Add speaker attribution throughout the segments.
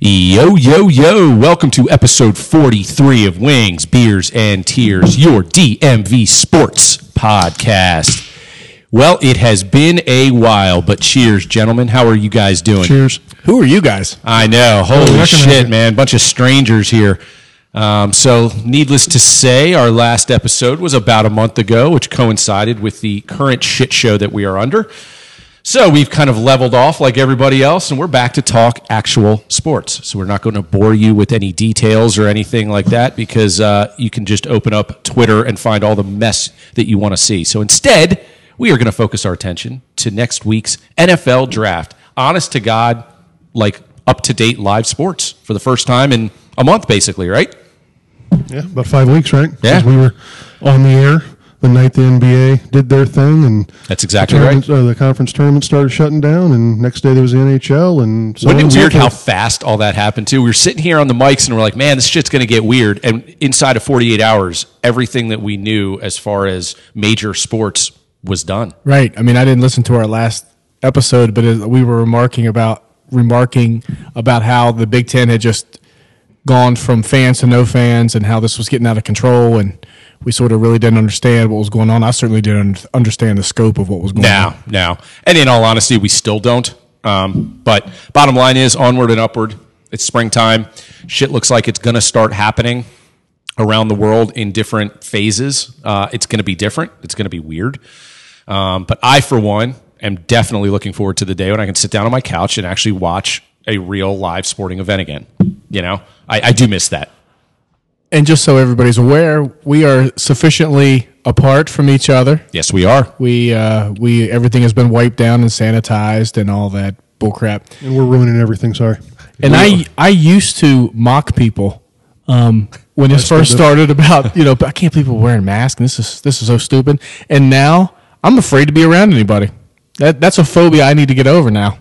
Speaker 1: Yo, yo, yo. Welcome to episode 43 of Wings, Beers, and Tears, your DMV sports podcast. Well, it has been a while, but cheers, gentlemen. How are you guys doing?
Speaker 2: Cheers.
Speaker 3: Who are you guys?
Speaker 1: I know. Holy
Speaker 2: recommend
Speaker 1: shit,
Speaker 2: it.
Speaker 1: man. Bunch of strangers here. Um, so, needless to say, our last episode was about a month ago, which coincided with the current shit show that we are under. So, we've kind of leveled off like everybody else, and we're back to talk actual sports. So, we're not going to bore you with any details or anything like that because uh, you can just open up Twitter and find all the mess that you want to see. So, instead, we are going to focus our attention to next week's NFL draft. Honest to God, like up to date live sports for the first time in a month, basically, right?
Speaker 2: Yeah, about five weeks, right?
Speaker 1: Yeah.
Speaker 2: 'Cause We were on the air the night the NBA did their thing, and
Speaker 1: That's
Speaker 2: the,
Speaker 1: exactly right.
Speaker 2: tournament, uh, the conference tournament started shutting down, and next day there was the NHL, and so on
Speaker 1: Wasn't
Speaker 2: and
Speaker 1: it
Speaker 2: so
Speaker 1: weird how
Speaker 2: forth.
Speaker 1: fast all that happened too? We were sitting here on the mics and we're like, man, this shit's gonna get weird. And inside of 48 hours, everything that we knew as far as major sports was done.
Speaker 3: Right. I mean, I didn't listen to our last episode, but it, we were remarking about remarking about how the Big Ten had just gone from fans to no fans, and how this was getting out of control, and we sort of really didn't understand what was going on. I certainly didn't un- understand the scope of what was going on.
Speaker 1: Now, now, and in all honesty, we still don't. Um, but bottom line is onward and upward. It's springtime. Shit looks like it's going to start happening around the world in different phases. Uh, it's going to be different. It's going to be weird. Um, but I, for one, am definitely looking forward to the day when I can sit down on my couch and actually watch a real live sporting event again. You know, I, I do miss that.
Speaker 3: And just so everybody's aware, we are sufficiently apart from each other.
Speaker 1: Yes, we are.
Speaker 3: We uh, we everything has been wiped down and sanitized and all that bullcrap.
Speaker 2: and we're ruining everything. Sorry,
Speaker 3: And I I used to mock people um, when this first started about you know I can't believe we're wearing masks and this is this is so stupid. And now I'm afraid to be around anybody. That that's a phobia I need to get over now.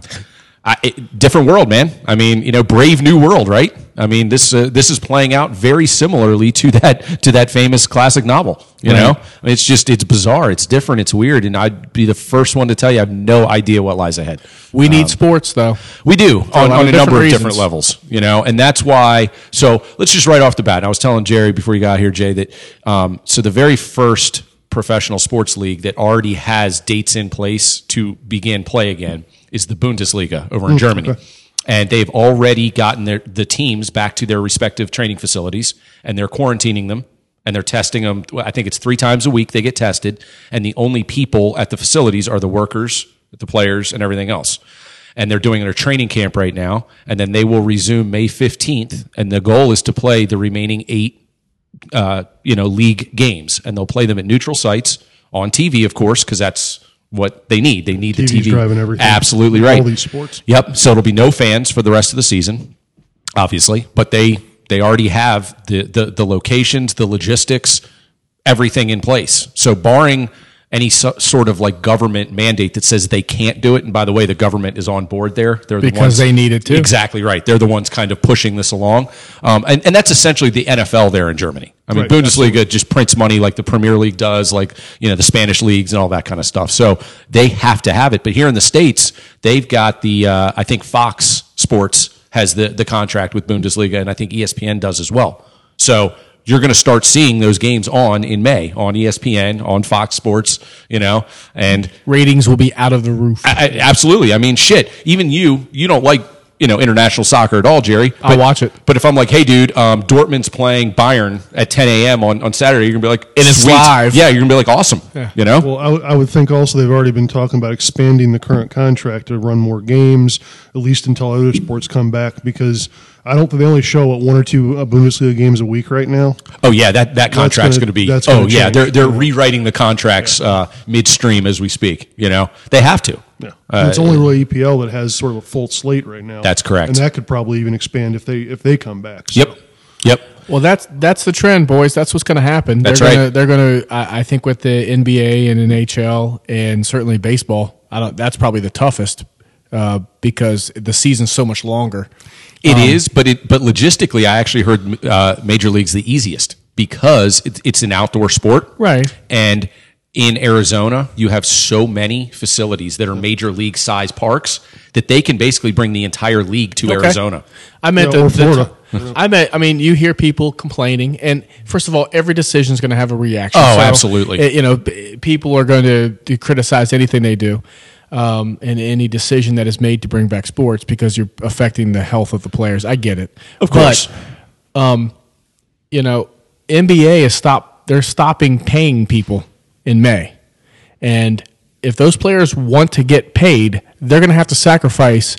Speaker 1: I, it, different world, man. I mean, you know, brave new world, right? I mean, this uh, this is playing out very similarly to that to that famous classic novel. You know, I mean, it's just it's bizarre, it's different, it's weird, and I'd be the first one to tell you I have no idea what lies ahead.
Speaker 3: We
Speaker 1: Um,
Speaker 3: need sports though.
Speaker 1: We do on,
Speaker 3: lot
Speaker 1: on
Speaker 3: of
Speaker 1: a number of
Speaker 3: different
Speaker 1: different
Speaker 3: reasons.
Speaker 1: levels, you know, and that's why. So let's just right off the bat. and I was telling Jerry before you got here, Jay, that um, so the very first professional sports league that already has dates in place to begin play again is the Bundesliga
Speaker 3: Mm,
Speaker 1: over in Germany, and they've already gotten their the teams back to their respective training facilities, and they're quarantining them. And they're testing them. well, I think it's three times a week they get tested, and the only people at the facilities are the workers, the players, and everything else and they're doing their training camp right now. And then they will resume May 15th. And the goal is to play the remaining eight, uh, you know, league games. And they'll play them at neutral sites on TV, of course, because that's what they need. They need
Speaker 2: TV's
Speaker 1: the TV.
Speaker 2: driving everything.
Speaker 1: Absolutely right.
Speaker 2: these sports.
Speaker 1: Yep. So it'll be no fans for the rest of the season, obviously. But they they already have the the, the locations, the logistics, everything in place. So barring any so, sort of like government mandate that says they can't do it, and by the way, the government is on board there. They're the
Speaker 3: Because
Speaker 1: ones,
Speaker 3: they need it, too.
Speaker 1: Exactly right. They're the ones kind of pushing this along, um, and and that's essentially the NFL there in Germany. I mean,
Speaker 2: Right,
Speaker 1: Bundesliga just prints money like the Premier League does, like you know the Spanish leagues and all that kind of stuff. So they have to have it. But here in the states, they've got the uh, I think Fox Sports has the the contract with Bundesliga, and I think E ESPN does as well. So you're going to start seeing those games on in May on E ESPN, on Fox Sports, you know, and
Speaker 3: Ratings will be out of the roof.
Speaker 1: I, I- absolutely. I mean, shit. Even you, you don't like you know international soccer at all, Jerry.
Speaker 3: I'll
Speaker 1: But-
Speaker 3: watch it.
Speaker 1: But if I'm like, hey, dude, um, Dortmund's playing Bayern at 10 a.m. on on Saturday, you're gonna be like,
Speaker 3: And it's
Speaker 1: sweet.
Speaker 3: live.
Speaker 1: Yeah, you're gonna be like, awesome. You know.
Speaker 2: Well, I, w- I would think also they've already been talking about expanding the current contract to run more games, at least until other sports come back. Because I don't think they only show what one or two uh, Bundesliga games a week right now.
Speaker 1: oh yeah, that that contract's
Speaker 2: gonna-
Speaker 1: gonna, be.
Speaker 2: that's
Speaker 1: oh
Speaker 2: gonna
Speaker 1: yeah,
Speaker 2: change.
Speaker 1: they're they're rewriting the contracts uh, midstream as we speak. You know, they have to. Uh,
Speaker 2: Yeah. And it's only really EPL that has sort of a full slate right now.
Speaker 1: That's correct.
Speaker 2: And that could probably even expand if they if they come back. So-
Speaker 1: Yep. Yep.
Speaker 3: Well, that's that's the trend, boys. That's what's going to happen.
Speaker 1: That's
Speaker 3: they're
Speaker 1: right.
Speaker 3: Gonna, they're going to, I I think, with the NBA and NHL and certainly baseball. I don't. That's probably the toughest uh, because the season's so much longer.
Speaker 1: It
Speaker 3: Um,
Speaker 1: is, but it but logistically, I actually heard uh, major leagues the easiest because it, it's an outdoor sport,
Speaker 3: Right.
Speaker 1: And in Arizona, you have so many facilities that are major league size parks that they can basically bring the entire league to
Speaker 3: Okay.
Speaker 1: Arizona.
Speaker 3: I meant
Speaker 2: Yeah,
Speaker 3: the,
Speaker 2: or
Speaker 3: the-
Speaker 2: Florida.
Speaker 3: I meant. I mean, you hear people complaining, and first of all, every decision is going to have a reaction.
Speaker 1: Oh, absolutely.
Speaker 3: eh, You know, p- people are going to, to criticize anything they do, um, and any decision that is made to bring back sports because you're affecting the health of the players. I get it,
Speaker 1: Of course.
Speaker 3: But, you know, NBA is stop. They're stopping paying people in May, and if those players want to get paid, they're going to have to sacrifice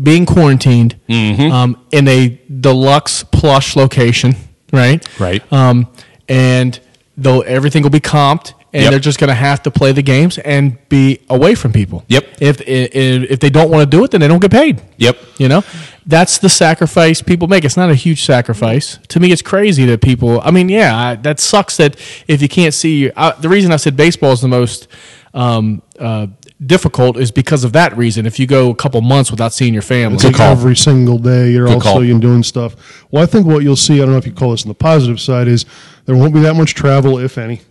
Speaker 3: being quarantined
Speaker 1: Mm-hmm.
Speaker 3: um, in a deluxe plush location, right?
Speaker 1: Right.
Speaker 3: Um, and though everything will be comped, and
Speaker 1: Yep.
Speaker 3: they're just going to have to play the games and be away from people.
Speaker 1: Yep.
Speaker 3: If if, if they don't want to do it, then they don't get paid.
Speaker 1: Yep.
Speaker 3: You know, that's the sacrifice people make. It's not a huge sacrifice. To me, it's crazy that people. I mean, yeah, I, that sucks. That if you can't see, I, the reason I said baseball is the most um, uh, difficult is because of that reason. If you go a couple months without seeing your family,
Speaker 2: It's like
Speaker 1: call.
Speaker 2: every single day you're
Speaker 1: Good
Speaker 2: also
Speaker 1: call.
Speaker 2: and doing stuff. Well, I think what you'll see, I don't know if you call this on the positive side, is there won't be that much travel, if any.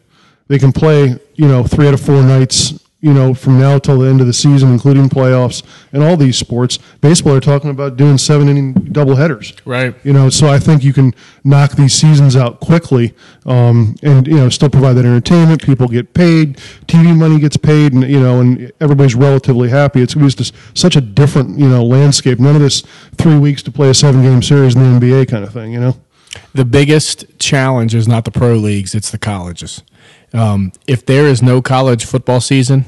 Speaker 2: They can play, you know, three out of four nights, you know, from now till the end of the season, including playoffs and all these sports. Baseball, they're talking about doing seven inning double headers.
Speaker 3: Right.
Speaker 2: You know, so I think you can knock these seasons out quickly, um, and you know, still provide that entertainment. People get paid, TV money gets paid, and you know, and everybody's relatively happy. It's it's just such a different you know landscape. None of this three weeks to play a seven game series in the NBA kind of thing. You know,
Speaker 3: the biggest challenge is not the pro leagues; it's the colleges. Um, if there is no college football season,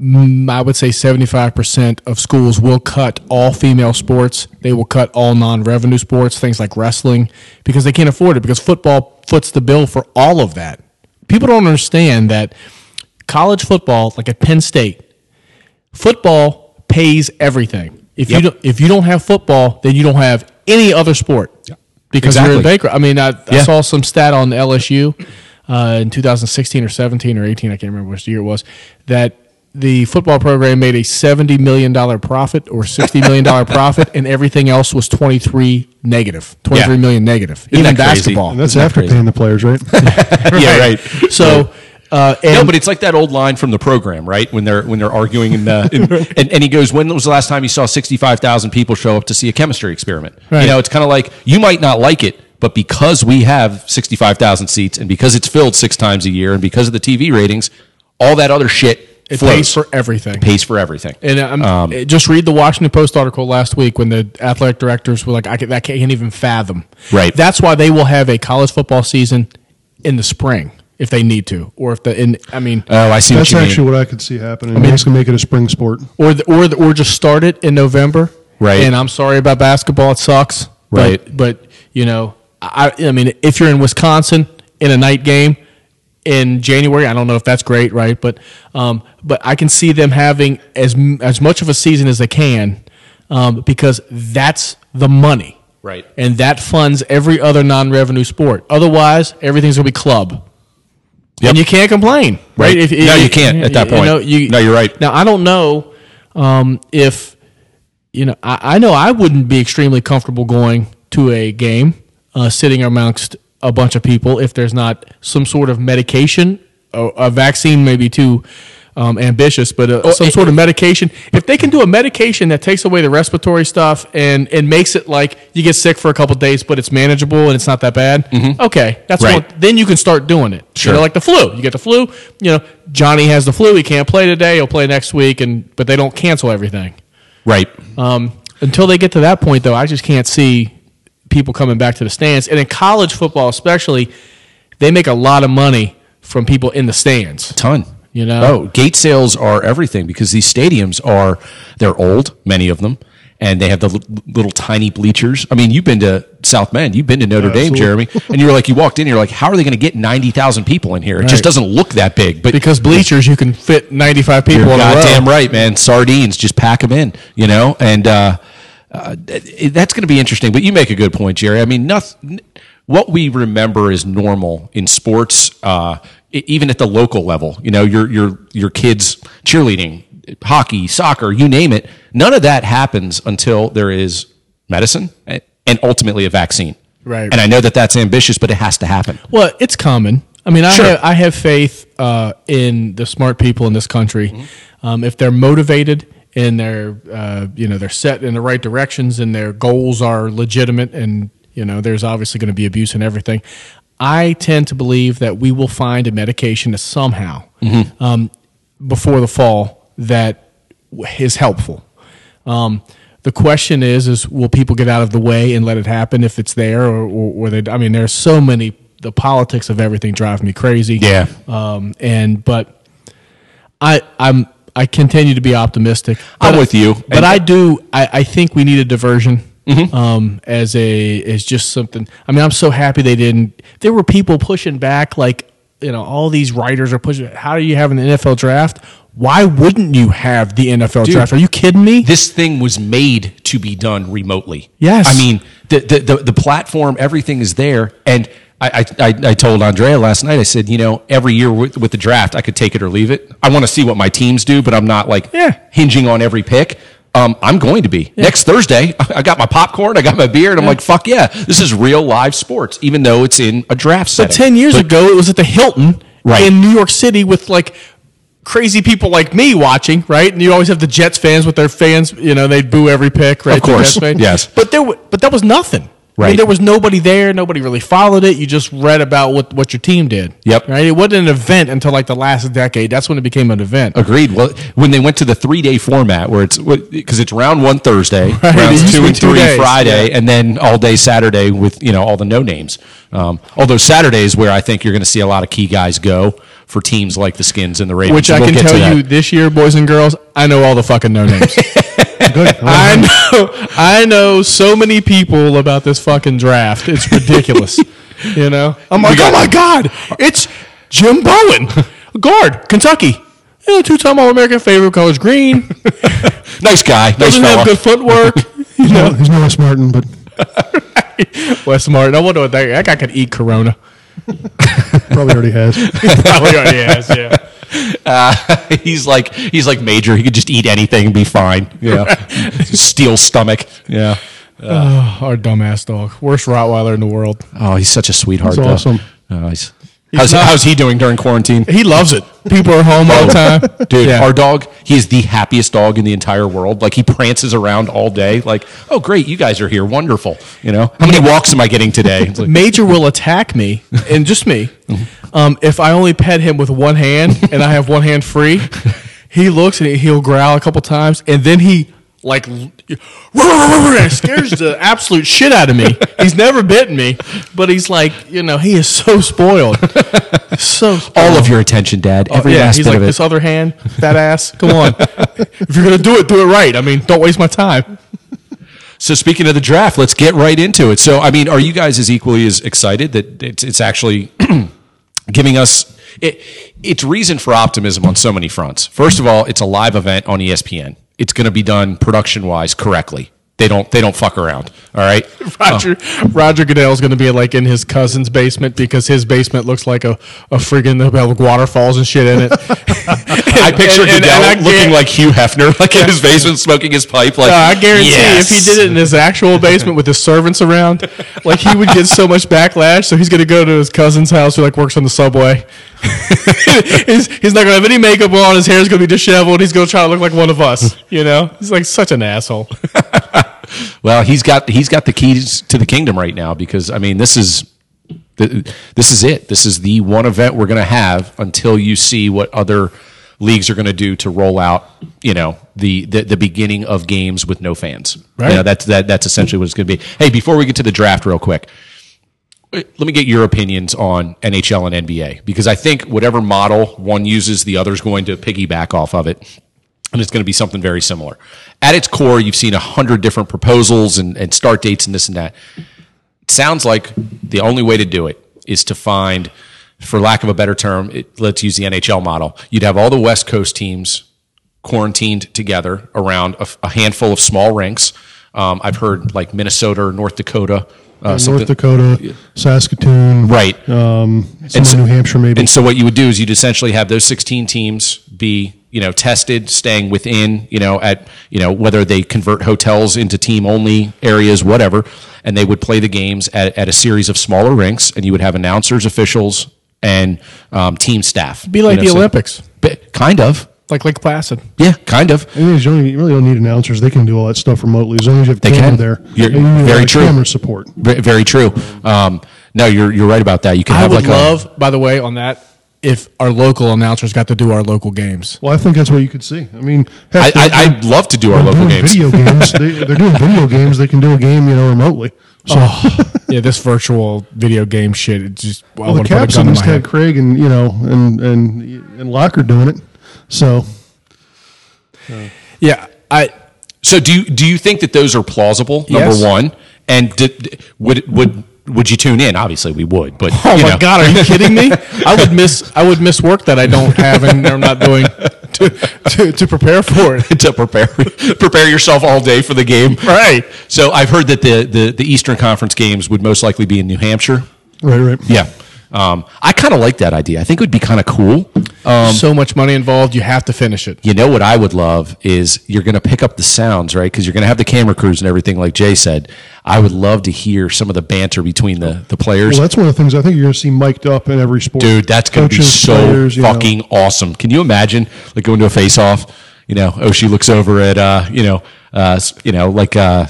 Speaker 3: mm, I would say seventy-five percent of schools will cut all female sports. They will cut all non-revenue sports, things like wrestling, because they can't afford it. Because football foots the bill for all of that. People don't understand that college football, like at Penn State, football pays everything. If
Speaker 1: Yep.
Speaker 3: you don't, if you don't have football, then you don't have any other sport because you're in
Speaker 1: Exactly.
Speaker 3: Baker. I mean, I,
Speaker 1: Yeah.
Speaker 3: I saw some stat on LSU uh, in 2016 or 17 or 18. I can't remember which year it was that the football program made a 70 million dollar profit or 60 million dollar profit, and everything else was 23 negative,
Speaker 1: Yeah.
Speaker 3: 23 million negative.
Speaker 1: Isn't
Speaker 3: Even
Speaker 1: that crazy?
Speaker 3: basketball.
Speaker 2: and that's
Speaker 1: Isn't that
Speaker 2: after
Speaker 1: crazy?
Speaker 2: paying the players, right?
Speaker 1: yeah, right.
Speaker 3: So. Uh, and
Speaker 1: no, but it's like that old line from the program, right? When they're when they're arguing, in the, in, and and he goes, "When was the last time you saw sixty five thousand people show up to see a chemistry experiment?" You
Speaker 3: Right.
Speaker 1: know, it's kind of like you might not like it, but because we have sixty five thousand seats, and because it's filled six times a year, and because of the TV ratings, all that other shit
Speaker 3: it
Speaker 1: flows.
Speaker 3: pays for everything.
Speaker 1: pays for everything.
Speaker 3: And I'm, eh, just read the Washington Post article last week when the athletic directors were like, I can't, I can't even fathom.
Speaker 1: Right.
Speaker 3: That's why they will have a college football season in the spring if they need to, or if the in I mean,
Speaker 1: oh, I see what
Speaker 2: that's
Speaker 1: you mean.
Speaker 2: actually what I could see happening. Basically, make it a spring sport.
Speaker 3: or the, or the, or just start it in November.
Speaker 1: Right.
Speaker 3: And I'm sorry about basketball; it sucks. But-
Speaker 1: Right.
Speaker 3: But, you know, I I mean, if you're in Wisconsin in a night game in January, I don't know if that's great, right? But um, but I can see them having as m- as much of a season as they can um, because that's the money.
Speaker 1: Right.
Speaker 3: And that funds every other non-revenue sport. Otherwise, everything's gonna be club. And you can't complain,
Speaker 1: Right. No, you can't at that point.
Speaker 3: know, you-
Speaker 1: No, you're right.
Speaker 3: Now I don't know um, if you know. I, I know I wouldn't be extremely comfortable going to a game, uh, sitting amongst a bunch of people if there's not some sort of medication, a, a vaccine, maybe too. Um, ambitious, but uh,
Speaker 1: Oh,
Speaker 3: some sort of medication. If they can do a medication that takes away the respiratory stuff and, and makes it like you get sick for a couple days, but it's manageable and it's not that bad, okay, that's
Speaker 1: Mm-hmm. Right.
Speaker 3: one, then you can start doing it.
Speaker 1: Sure.
Speaker 3: You know, like the flu. You get the flu. You know, Johnny has the flu. He can't play today. He'll play next week. And but they don't cancel everything.
Speaker 1: Right.
Speaker 3: Um, until they get to that point, though, I just can't see people coming back to the stands. And in college football, especially, they make a lot of money from people in the stands.
Speaker 1: ton.
Speaker 3: You know?
Speaker 1: oh, gate sales are everything because these stadiums are they're old, many of them, and they have the l- little tiny bleachers. I mean, you've been to South Bend, you've been to Notre Dame,
Speaker 2: absolutely.
Speaker 1: Jeremy, and you were like, you walked in, you're like, how are they going to get ninety thousand people in here? It just
Speaker 3: Right.
Speaker 1: doesn't look that big, but
Speaker 3: Because bleachers, you can fit ninety-five people.
Speaker 1: you're
Speaker 3: on a row.
Speaker 1: goddamn right, man. Sardines, just pack them in, you know, and uh, uh, it- that's going to be interesting. But you make a good point, Jerry. I mean, nothing. What we remember is normal in sports, uh, e- even at the local level. You know, your your your kids cheerleading, hockey, soccer, you name it. None of that happens until there is medicine and and ultimately a vaccine.
Speaker 3: Right.
Speaker 1: And I know that that's ambitious, but it has to happen.
Speaker 3: Well, it's common. I mean, I,
Speaker 1: Sure.
Speaker 3: have, I have faith uh, in the smart people in this country. Um, if they're motivated and they're uh, you know they're set in the right directions and their goals are legitimate and you know there's obviously going to be abuse and everything i tend to believe that we will find a medication that somehow um, before the fall that w- is helpful um, the question is is will people get out of the way and let it happen if it's there or, or, or they i mean there's so many the politics of everything drive me crazy
Speaker 1: Yeah.
Speaker 3: um, and but I, I'm I continue to be optimistic.
Speaker 1: I'm
Speaker 3: But-
Speaker 1: with you.
Speaker 3: but
Speaker 1: And-
Speaker 3: I do. I, I think we need a diversion. Um, as a as just something. I mean, I'm so happy they didn't. There were people pushing back, like you know, all these writers are pushing. How are you having the NFL draft? Why wouldn't you have the NFL draft? Are you kidding me?
Speaker 1: this thing was made to be done remotely.
Speaker 3: Yes.
Speaker 1: I mean, the, the, the, the platform, everything is there. And I, I, I- I told Andrea last night, I said, you know, every year with, with the draft, I could take it or leave it. I want to see what my teams do, but I'm not like
Speaker 3: Yeah.
Speaker 1: hinging on every pick. Um, I'm going to be next Thursday. I I got my popcorn, I got my beer, and I'm like, fuck yeah, this is real live sports, even though it's in a draft setting.
Speaker 3: Ten years ago, it was at the Hilton
Speaker 1: Right.
Speaker 3: in New York City with like crazy people like me watching, right? And you always have the Jets fans with their fans, you know, they boo every pick, right?
Speaker 1: Of
Speaker 3: The
Speaker 1: course,
Speaker 3: Jets fan.
Speaker 1: yes.
Speaker 3: But there, wa- but that was nothing. I mean,
Speaker 1: Right.
Speaker 3: there was nobody there. Nobody really followed it. You just read about what, what your team did.
Speaker 1: Yep.
Speaker 3: Right. It wasn't an event until like the last decade. That's when it became an event.
Speaker 1: Agreed. Well, when they went to the three day format, where it's because it's round one Thursday,
Speaker 3: it
Speaker 1: rounds
Speaker 3: used to
Speaker 1: two
Speaker 3: be
Speaker 1: and
Speaker 3: two
Speaker 1: three
Speaker 3: days,
Speaker 1: Friday, and then all day Saturday with you know all the no names. Um, although Saturday is where I think you're going to see a lot of key guys go for teams like the Skins and the Ravens.
Speaker 3: Which I
Speaker 1: We'll
Speaker 3: can
Speaker 1: get to
Speaker 3: tell
Speaker 1: that.
Speaker 3: you this year, boys and girls, I know all the fucking no names.
Speaker 2: Good.
Speaker 3: I know, I know so many people about this fucking draft. It's ridiculous. you know, I'm like,
Speaker 1: got-
Speaker 3: oh my god, it's Jim Bowen, guard, Kentucky, you know, two-time All-American, favorite colors green,
Speaker 1: nice guy, nice
Speaker 3: doesn't
Speaker 1: fella.
Speaker 3: have good footwork.
Speaker 2: he's, not, he's not Wes Martin, but
Speaker 3: Wes Martin, I wonder what that, that guy could eat Corona.
Speaker 2: probably already has.
Speaker 3: Probably already has, yeah.
Speaker 1: he's like he's like Major. He could just eat anything and be fine. Yeah, steel stomach. Yeah.
Speaker 3: Oh, Our dumbass dog, worst Rottweiler in the world.
Speaker 1: Oh, he's such a sweetheart.
Speaker 2: That's
Speaker 1: though.
Speaker 2: awesome.
Speaker 1: Oh, he's, how's,
Speaker 3: not-
Speaker 1: how's he doing during quarantine?
Speaker 3: He loves it. People are home all the time,
Speaker 1: Dude,
Speaker 3: Yeah.
Speaker 1: our dog, he is the happiest dog in the entire world. Like he prances around all day. Like, oh great, you guys are here. Wonderful. You know? How many walks am I getting today? It's like,
Speaker 3: Major will attack me and just me um, if I only pet him with one hand and I have one hand free. He looks and he'll growl a couple times and then he like l- scares the absolute shit out of me. He's never bitten me, but he's like you know he is so spoiled, so spoiled.
Speaker 1: all of your attention, Dad. Every
Speaker 3: Oh, yeah.
Speaker 1: last
Speaker 3: He's
Speaker 1: bit
Speaker 3: like
Speaker 1: of it.
Speaker 3: this other hand, that ass. Come on, if you're gonna do it, do it right. I mean, don't waste my time.
Speaker 1: So speaking of the draft, let's get right into it. So I mean, are you guys as equally as excited that it's it's actually giving us it, it's reason for optimism on so many fronts. First of all, it's a live event on E ESPN. It's going to be done production wise correctly. They don't they don't fuck around. All right.
Speaker 3: Roger Roger Goodell's going to be like in his cousin's basement because his basement looks like a a friggin' like waterfalls and shit in it.
Speaker 1: I picture
Speaker 3: And- and-
Speaker 1: Goodell
Speaker 3: and I
Speaker 1: looking
Speaker 3: guar-
Speaker 1: like Hugh Hefner, like in his basement smoking his pipe. Like
Speaker 3: Uh, I guarantee
Speaker 1: "Yes."
Speaker 3: if he did it in his actual basement with his servants around, like he would get so much backlash. So he's going to go to his cousin's house who like works on the subway. he's, he's not going to have any makeup on. His hair's going to be disheveled. He's going to try to look like one of us. You know, he's like such an asshole.
Speaker 1: well, he's got he's got the keys to the kingdom right now because I mean this is th- this is it. This is the one event we're going to have until you see what other leagues are going to do to roll out. You know the, the the beginning of games with no fans.
Speaker 3: Right.
Speaker 1: You know, that's that that's essentially what it's going to be. Hey, before we get to the draft, real quick. let me get your opinions on NHL and NBA because I think whatever model one uses, the other's going to piggyback off of it. And it's going to be something very similar. At its core, you've seen a hundred different proposals and, and start dates and this and that. It sounds like the only way to do it is to find, for lack of a better term, it, let's use the NHL model. You'd have all the West Coast teams quarantined together around a, a handful of small rinks. Um, I've heard like Minnesota or North Dakota. Uh,
Speaker 2: North
Speaker 1: something-
Speaker 2: Dakota, Saskatoon,
Speaker 1: Right.
Speaker 2: Um, some
Speaker 1: so-
Speaker 2: in New Hampshire, maybe.
Speaker 1: And so what you would do is you'd essentially have those 16 teams be, you know, tested, staying within, you know, at, you know, whether they convert hotels into team only areas, whatever, and they would play the games at, at a series of smaller rinks, and you would have announcers, officials, and um, team staff.
Speaker 3: Be like
Speaker 1: You know,
Speaker 3: the
Speaker 1: so-
Speaker 3: Olympics.
Speaker 1: Bi- kind of.
Speaker 3: like Lake Placid.
Speaker 1: Yeah, kind of.
Speaker 2: And you don't- you really don't need announcers. They can do all that stuff remotely as long as you have
Speaker 1: They
Speaker 2: camera
Speaker 1: can.
Speaker 2: there.
Speaker 1: You're-
Speaker 2: And you have
Speaker 1: very
Speaker 2: the
Speaker 1: true.
Speaker 2: Camera support.
Speaker 1: Ve- Very true. Um, no, you're you're right about that. You can
Speaker 3: I
Speaker 1: have
Speaker 3: would
Speaker 1: like
Speaker 3: love, by the way, on that if our local announcers got to do our local games.
Speaker 2: Well, I think that's what you could see. I mean,
Speaker 1: a. I,
Speaker 2: heck,
Speaker 1: I, I'd love to do our
Speaker 2: they're
Speaker 1: local
Speaker 2: doing
Speaker 1: games.
Speaker 2: video games. They, they're doing video games. They can do a game, you know, remotely.
Speaker 3: Oh,
Speaker 2: So,
Speaker 3: yeah, this virtual video game shit. It just I
Speaker 2: well, the
Speaker 3: want to put a
Speaker 2: Caps at
Speaker 3: gun to
Speaker 2: least
Speaker 3: my
Speaker 2: had
Speaker 3: head.
Speaker 2: Craig and you know and and and Locker doing it. So
Speaker 3: Yeah, I
Speaker 1: So do you do you think that those are plausible? Number
Speaker 3: Yes.
Speaker 1: one, and did, would would would you tune in? Obviously, we would. But
Speaker 3: Oh
Speaker 1: you
Speaker 3: my
Speaker 1: know.
Speaker 3: God, are you kidding me? I would miss I would miss work that I don't have and I'm not doing to, to, to prepare for it.
Speaker 1: to prepare prepare yourself all day for the game.
Speaker 3: Right.
Speaker 1: So I've heard that the, the, the Eastern Conference games would most likely be in New Hampshire.
Speaker 2: right, right.
Speaker 1: Yeah. Um, I kind of like that idea. I think it would be kind of cool. Um,
Speaker 3: so much money involved, you have to finish it.
Speaker 1: you know what I would love is you're going to pick up the sounds, right? Because you're going to have the camera crews and everything, like Jay said. I would love to hear some of the banter between the, the players.
Speaker 2: Well, that's one of the things I think you're going to see mic'd up in every sport.
Speaker 1: Dude, that's going to be
Speaker 2: Coaches,
Speaker 1: so
Speaker 2: players, you know.
Speaker 1: fucking awesome. Can you imagine like going to a face off? You know, Oshie looks over at uh, you know, uh, s- you know, like uh,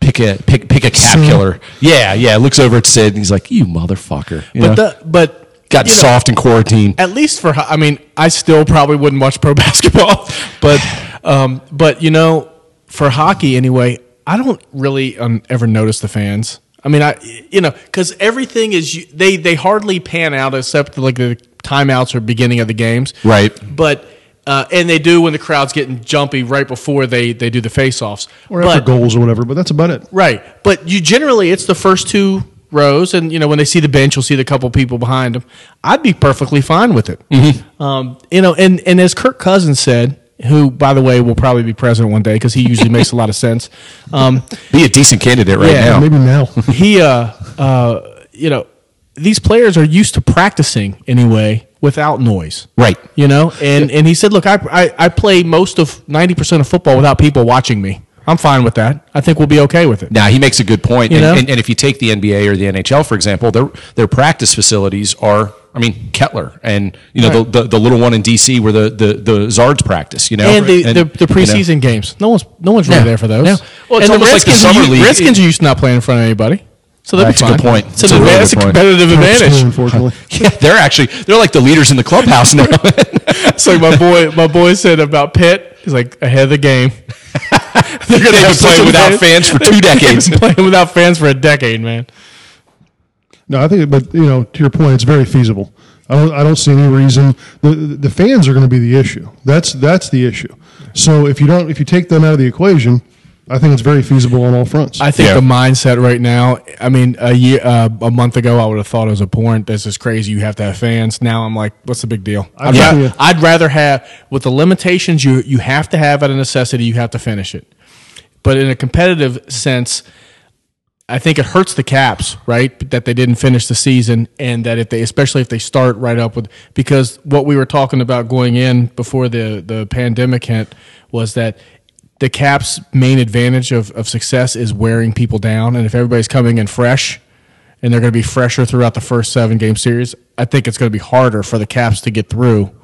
Speaker 1: pick a pick pick a cap
Speaker 2: Sid.
Speaker 1: killer. Yeah, yeah. Looks over at Sid and he's like, "You motherfucker!" You know?
Speaker 3: But the but
Speaker 1: got
Speaker 3: you know,
Speaker 1: soft in quarantine.
Speaker 3: at least for I mean, I still probably wouldn't watch pro basketball, but um, but you know, for hockey anyway, I don't really um, ever notice the fans. I mean, I you know because everything is you- they they hardly pan out except like the timeouts or beginning of the games,
Speaker 1: Right.
Speaker 3: But uh, and they do when the crowd's getting jumpy right before they they do the faceoffs
Speaker 2: or after goals or whatever. But that's about it.
Speaker 3: Right. But you generally it's the first two rows and you know when they see the bench you'll see the couple people behind them. I'd be perfectly fine with it. Um, you know and and as Kirk Cousins said, who by the way will probably be president one day cuz he usually makes a lot of sense. Um,
Speaker 1: Be a decent candidate right
Speaker 3: Yeah,
Speaker 1: now.
Speaker 2: Maybe now.
Speaker 3: he uh uh you know these players are used to practicing anyway without noise.
Speaker 1: Right.
Speaker 3: You know, and and he said, "Look, I I, I play most of 90% of football without people watching me. I'm fine with that. I think we'll be okay with it."
Speaker 1: Now he makes a good point.
Speaker 3: You
Speaker 1: and,
Speaker 3: know?
Speaker 1: and, and if you take the NBA or the NHL for example, their their practice facilities are, I mean, Kettler and you know the, the the little one in DC where the the, the Zards practice. You know,
Speaker 3: and the, the, the
Speaker 1: you know.
Speaker 3: preseason games. No one's no one's really
Speaker 1: No,
Speaker 3: there for those.
Speaker 1: no. Well, it's
Speaker 3: and the
Speaker 1: almost like the
Speaker 3: Redskins,
Speaker 1: summer
Speaker 3: are, u-
Speaker 1: league.
Speaker 3: Redskins are used to not playing in front of anybody. So that'd
Speaker 1: That's
Speaker 3: be
Speaker 1: a good
Speaker 3: fine.
Speaker 1: point.
Speaker 3: So
Speaker 1: That's a really
Speaker 3: that's a
Speaker 1: good point.
Speaker 3: competitive advantage.
Speaker 2: Unfortunately,
Speaker 1: Yeah, they're actually they're like the leaders in the clubhouse now.
Speaker 3: It's like my boy, my boy said about Pitt. He's like ahead of the game. They're gonna
Speaker 1: They've been
Speaker 3: have such
Speaker 1: playing
Speaker 3: a
Speaker 1: without
Speaker 3: bad-
Speaker 1: fans for
Speaker 3: they've
Speaker 1: two
Speaker 3: been
Speaker 1: decades.
Speaker 3: playing without fans for a decade, man.
Speaker 2: no, I think. But you know, to your point, it's very feasible. I don't. I don't see any reason. The the fans are going to be the issue. That's that's the issue. So if you don't, if you take them out of the equation, I think it's very feasible on all fronts.
Speaker 3: I think
Speaker 1: Yeah.
Speaker 3: the mindset right now. I mean, a year, uh, a month ago, I would have thought it was abhorrent. This is crazy. You have to have fans. Now I'm like, what's the big deal? I'd,
Speaker 2: Yeah.
Speaker 3: ra- I'd rather have with the limitations you you have to have at a necessity. You have to finish it. But in a competitive sense, I think it hurts the Caps, right? That they didn't finish the season, and that if they, especially if they start right up with, because what we were talking about going in before the the pandemic hit was that the Caps' main advantage of of success is wearing people down, and if everybody's coming in fresh, and they're going to be fresher throughout the first seven game series, I think it's going to be harder for the Caps to get through.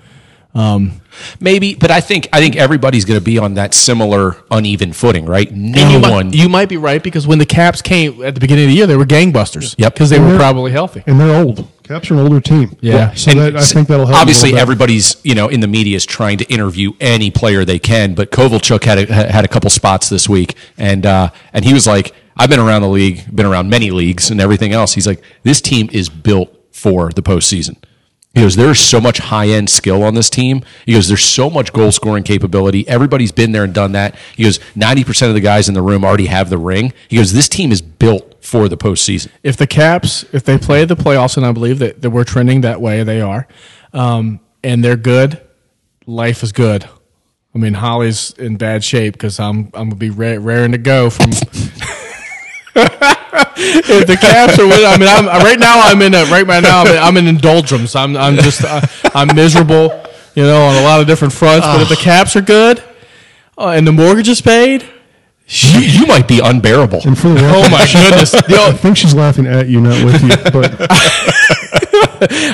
Speaker 1: Maybe, but I think I think everybody's going to be on that similar uneven footing, right?
Speaker 3: And
Speaker 1: No
Speaker 3: you
Speaker 1: one.
Speaker 3: might, you might be right because when the Caps came at the beginning of the year, they were gangbusters.
Speaker 1: Yep. Mm-hmm.
Speaker 3: because they were probably healthy.
Speaker 2: and they're old. Caps are an older team.
Speaker 3: Yeah.
Speaker 2: So
Speaker 1: And
Speaker 2: that, I
Speaker 1: s-
Speaker 2: think that'll help. a
Speaker 1: Obviously,
Speaker 2: little bit.
Speaker 1: everybody's you know in the media is trying to interview any player they can. But Kovalchuk had a, had a couple spots this week, and uh, and he was like, "I've been around the league, been around many leagues, and everything else." He's like, "This team is built for the postseason." He goes, "There's so much high end skill on this team." He goes, "There's so much goal scoring capability. Everybody's been there and done that." He goes, "90 percent of the guys in the room already have the ring." He goes, "This team is built for the postseason."
Speaker 3: if the Caps, if they play the playoffs, and I believe that, that we're trending that way, they are, um, and they're good, life is good. I mean, Holly's in bad shape because I'm I'm gonna be ra- raring to go from. if the Caps are winning, I mean, I'm right now. I'm in a right now. I'm in, I'm in indulgence. I'm I'm just uh, I'm miserable, you know, on a lot of different fronts. But if the Caps are good, uh, and the mortgage is paid,
Speaker 1: You, you might be unbearable.
Speaker 2: Oh And for the record,
Speaker 3: oh my goodness,
Speaker 2: I think she's laughing at you, not with you. But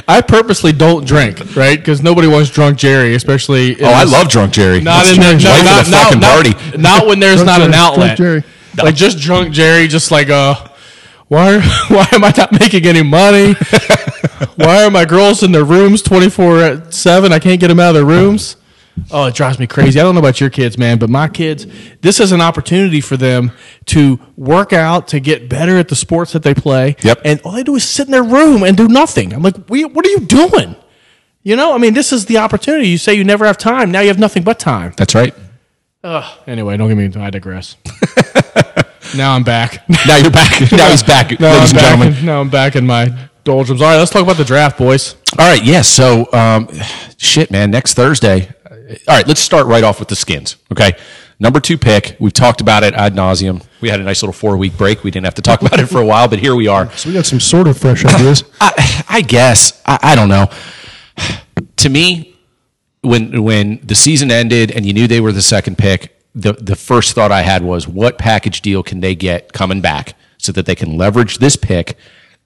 Speaker 3: I purposely don't drink, right? Because nobody wants drunk Jerry, especially. in
Speaker 1: Oh, I
Speaker 3: this-
Speaker 1: love drunk Jerry.
Speaker 3: Not in
Speaker 1: Life
Speaker 3: the,
Speaker 1: of
Speaker 3: no, not,
Speaker 1: the
Speaker 3: not-
Speaker 1: fucking
Speaker 3: not-
Speaker 1: party.
Speaker 3: not when there's
Speaker 2: Drunk
Speaker 3: not an
Speaker 2: Jerry, drunk
Speaker 3: outlet.
Speaker 2: Jerry.
Speaker 3: Like just drunk Jerry, just like uh, why why am I not making any money? why are my girls in their rooms twenty four at seven? I can't get them out of their rooms. Oh, it drives me crazy. I don't know about your kids, man, but my kids, this is an opportunity for them to work out, to get better at the sports that they play.
Speaker 1: Yep.
Speaker 3: And all they do is sit in their room and do nothing. I'm like, we, what are you doing? You know, I mean, this is the opportunity. You say you never have time. Now you have nothing but time.
Speaker 1: That's right.
Speaker 3: Anyway, don't get me. I digress. now I'm back.
Speaker 1: Now you're back. Now he's back,
Speaker 3: Now
Speaker 1: ladies
Speaker 3: I'm
Speaker 1: and
Speaker 3: back
Speaker 1: gentlemen.
Speaker 3: in- now I'm back in my doldrums. All right, let's talk about the draft, boys.
Speaker 1: All right, yeah. So, um, shit, man. Next Thursday. uh, All right, let's start right off with the skins. Okay, number two pick. We've talked about it ad nauseum. We had a nice little four week break. We didn't have to talk about it for a while, but here we are.
Speaker 2: So we got some sort of fresh ideas.
Speaker 1: I, I guess I, I don't know. To me, when when the season ended and you knew they were the second pick, the the first thought I had was, what package deal can they get coming back so that they can leverage this pick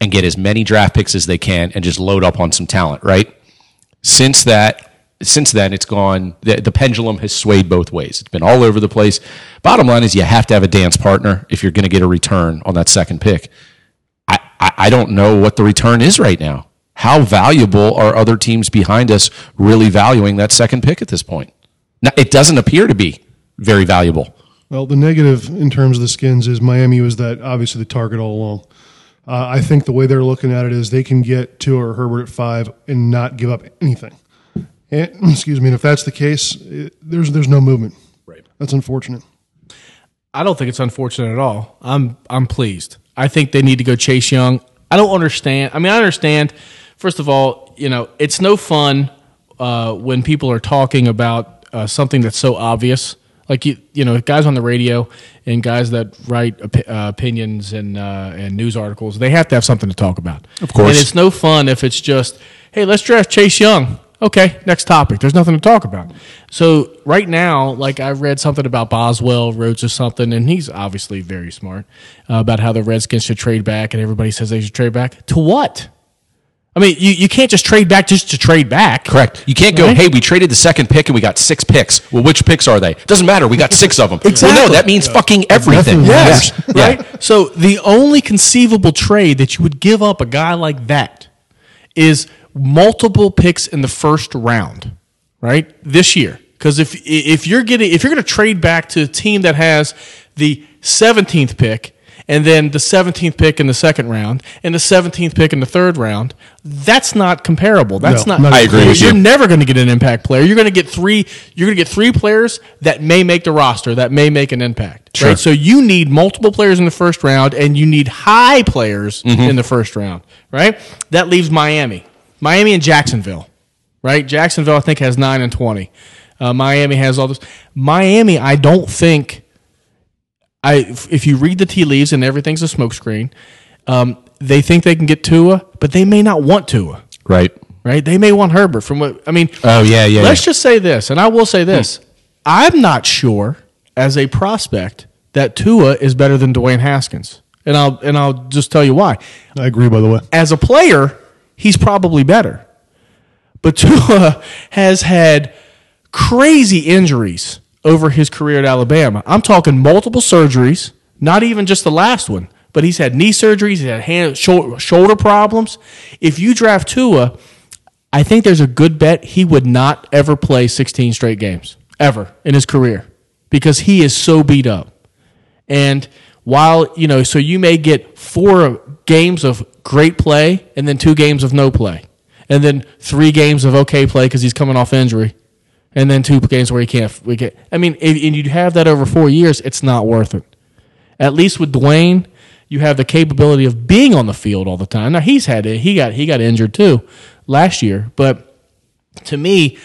Speaker 1: and get as many draft picks as they can and just load up on some talent, right? Since that. Since then, it's gone. The, the pendulum has swayed both ways. It's been all over the place. Bottom line is, you have to have a dance partner if you're going to get a return on that second pick. I, I I don't know what the return is right now. How valuable are other teams behind us really valuing that second pick at this point? Now, it doesn't appear to be very valuable.
Speaker 2: Well, the negative in terms of the skins is Miami was that obviously the target all along. Uh, I think the way they're looking at it is they can get to or Herbert at five and not give up anything. And, excuse me. And if that's the case, it, there's there's no movement. Right. That's unfortunate.
Speaker 3: I don't think it's unfortunate at all. I'm I'm pleased. I think they need to go chase Young. I don't understand. I mean, I understand. First of all, you know, it's no fun uh, when people are talking about uh, something that's so obvious. Like you, you know, guys on the radio and guys that write op- uh, opinions and uh, and news articles, they have to have something to talk about. Of
Speaker 1: course.
Speaker 3: and it's no fun if it's just, hey, let's draft Chase Young. Okay, next topic. There's nothing to talk about. So right now, like I read something about Boswell Rhodes or something, and he's obviously very smart uh, about how the Redskins should trade back, and everybody says they should trade back to what? I mean, you, you can't just trade back just to trade back.
Speaker 1: Correct. You can't go,
Speaker 3: Right.
Speaker 1: hey, we traded the second pick and we got six picks. Well, which picks are they? Doesn't matter. We got six of them. Well,
Speaker 3: Exactly.
Speaker 1: no, that means fucking everything.
Speaker 3: Yes.
Speaker 1: Yeah. Yeah.
Speaker 3: Right? So the only conceivable trade that you would give up a guy like that is multiple picks in the first round, right? This year. Because if if you're getting if you're going to trade back to a team that has the 17th pick and then the 17th pick in the second round and the 17th pick in the third round, that's not comparable. That's
Speaker 2: No,
Speaker 3: not,
Speaker 2: not I
Speaker 1: agree with
Speaker 3: You're
Speaker 1: you.
Speaker 3: never going to get an impact player. You're going to get three. You're going to get three players that may make the roster, that may make an impact.
Speaker 1: Sure.
Speaker 3: Right. So you need multiple players in the first round, and you need high players
Speaker 1: Mm-hmm.
Speaker 3: in the first round. Right. That leaves Miami, Miami and Jacksonville. Right. Jacksonville, I think, has nine and twenty. Uh, Miami has all this. Miami, I don't think. I if if you read the tea leaves and everything's a smokescreen, um, they think they can get Tua, but they may not want Tua
Speaker 1: Right.
Speaker 3: right? They may want Herbert from what I mean.
Speaker 1: Oh, yeah, yeah,
Speaker 3: Let's
Speaker 1: yeah. Hmm.
Speaker 3: just say this, and I will say this: I'm not sure as a prospect that Tua is better than Dwayne Haskins, and I'll and I'll just tell you why.
Speaker 2: I agree. By the way,
Speaker 3: As a player, he's probably better, but Tua has had crazy injuries over his career at Alabama. I'm talking multiple surgeries, not even just the last one. But he's had knee surgeries, he's had hand, shou- shoulder problems. If you draft Tua, I think there's a good bet he would not ever play 16 straight games ever in his career because he is so beat up. And while, you know, so you may get four games of great play and then two games of no play and then three games of okay play because he's coming off injury and then two games where he can't. We get, I mean, if, and you'd have that over four years, it's not worth it. At least with Dwayne, you have the capability of being on the field all the time. Now he's had it. He got he got injured too last year, but to me,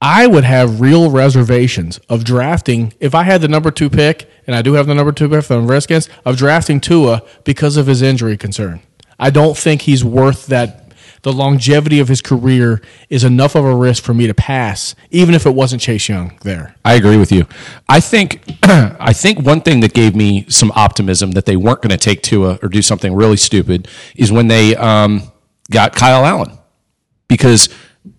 Speaker 3: I would have real reservations of drafting if I had the number two pick, and I do have the number two pick for the Redskins of drafting Tua because of his injury concern. I don't think he's worth that. The longevity of his career is enough of a risk for me to pass, even if it wasn't Chase Young there.
Speaker 1: I agree with you. I think I think one thing that gave me some optimism that they weren't going to take Tua or do something really stupid is when they um, got Kyle Allen because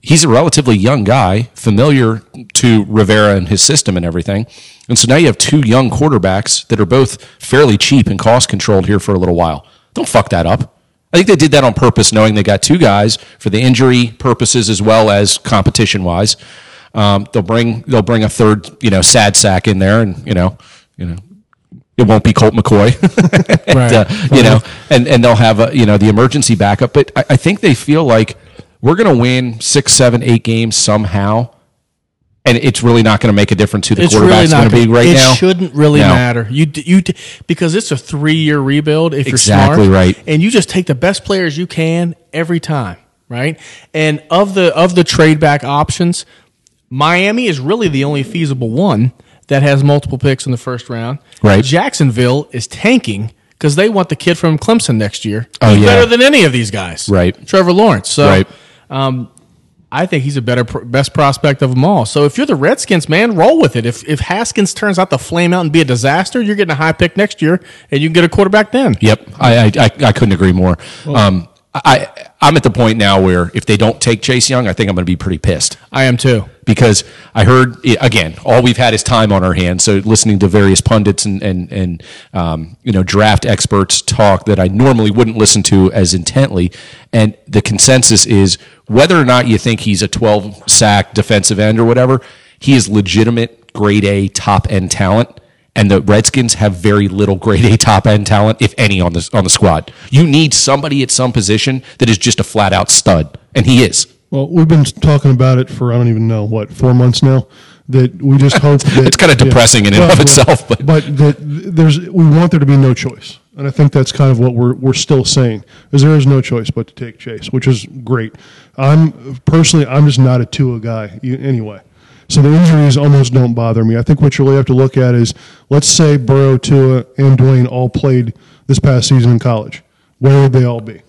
Speaker 1: he's a relatively young guy, familiar to Rivera and his system and everything. And so now you have two young quarterbacks that are both fairly cheap and cost controlled here for a little while. Don't fuck that up. I think they did that on purpose, knowing they got two guys for the injury purposes as well as competition wise. Um, they'll bring they'll bring a third, you know, sad sack in there, and you know, you know, it won't be Colt McCoy, and,
Speaker 3: Right.
Speaker 1: uh, you know, and and they'll have a you know the emergency backup. But I, I think they feel like we're going to win six, seven, eight games somehow, and it's really not going to make a difference who the
Speaker 3: It's really
Speaker 1: quarterback's
Speaker 3: not
Speaker 1: going to be
Speaker 3: gonna-
Speaker 1: right
Speaker 3: it
Speaker 1: now.
Speaker 3: shouldn't really
Speaker 1: No.
Speaker 3: matter. You d- you d- because it's a three year rebuild. If
Speaker 1: Exactly
Speaker 3: you're smart,
Speaker 1: right.
Speaker 3: and you just take the best players you can every time, right? And of the of the trade back options, Miami is really the only feasible one that has multiple picks in the first round.
Speaker 1: Right.
Speaker 3: Jacksonville is tanking because they want the kid from Clemson next year.
Speaker 1: Oh,
Speaker 3: He's
Speaker 1: yeah.
Speaker 3: better than any of these guys.
Speaker 1: Right.
Speaker 3: Trevor Lawrence. So.
Speaker 1: Right.
Speaker 3: Um, I think he's a better pr- best prospect of them all. So if you're the Redskins, man, roll with it. If if Haskins turns out to flame out and be a disaster, you're getting a high pick next year, and you can get a quarterback then.
Speaker 1: Yep, I I, I, I couldn't agree more. um, I I'm at the point now where if they don't take Chase Young, I think I'm going to be pretty pissed.
Speaker 3: I am too.
Speaker 1: because I heard again, all we've had is time on our hands. So listening to various pundits and and and um, you know draft experts talk that I normally wouldn't listen to as intently, and the consensus is whether or not you think he's a 12 sack defensive end or whatever, he is legitimate grade A top end talent. And the Redskins have very little grade A top end talent, if any, on the on the squad. You need somebody at some position that is just a flat out stud, and he is.
Speaker 2: Well, we've been talking about it for I don't even know what four months now. That we just hope that
Speaker 1: It's kinda depressing in and of itself, but-
Speaker 2: that there's we want there to be no choice, and I think that's kind of what we're we're still saying is there is no choice but to take Chase, which is great. I'm personally I'm just not a Tua guy you- anyway, so the injuries almost don't bother me. I think what you really have to look at is let's say Burrow, Tua, and Dwayne all played this past season in college. Where would they all be?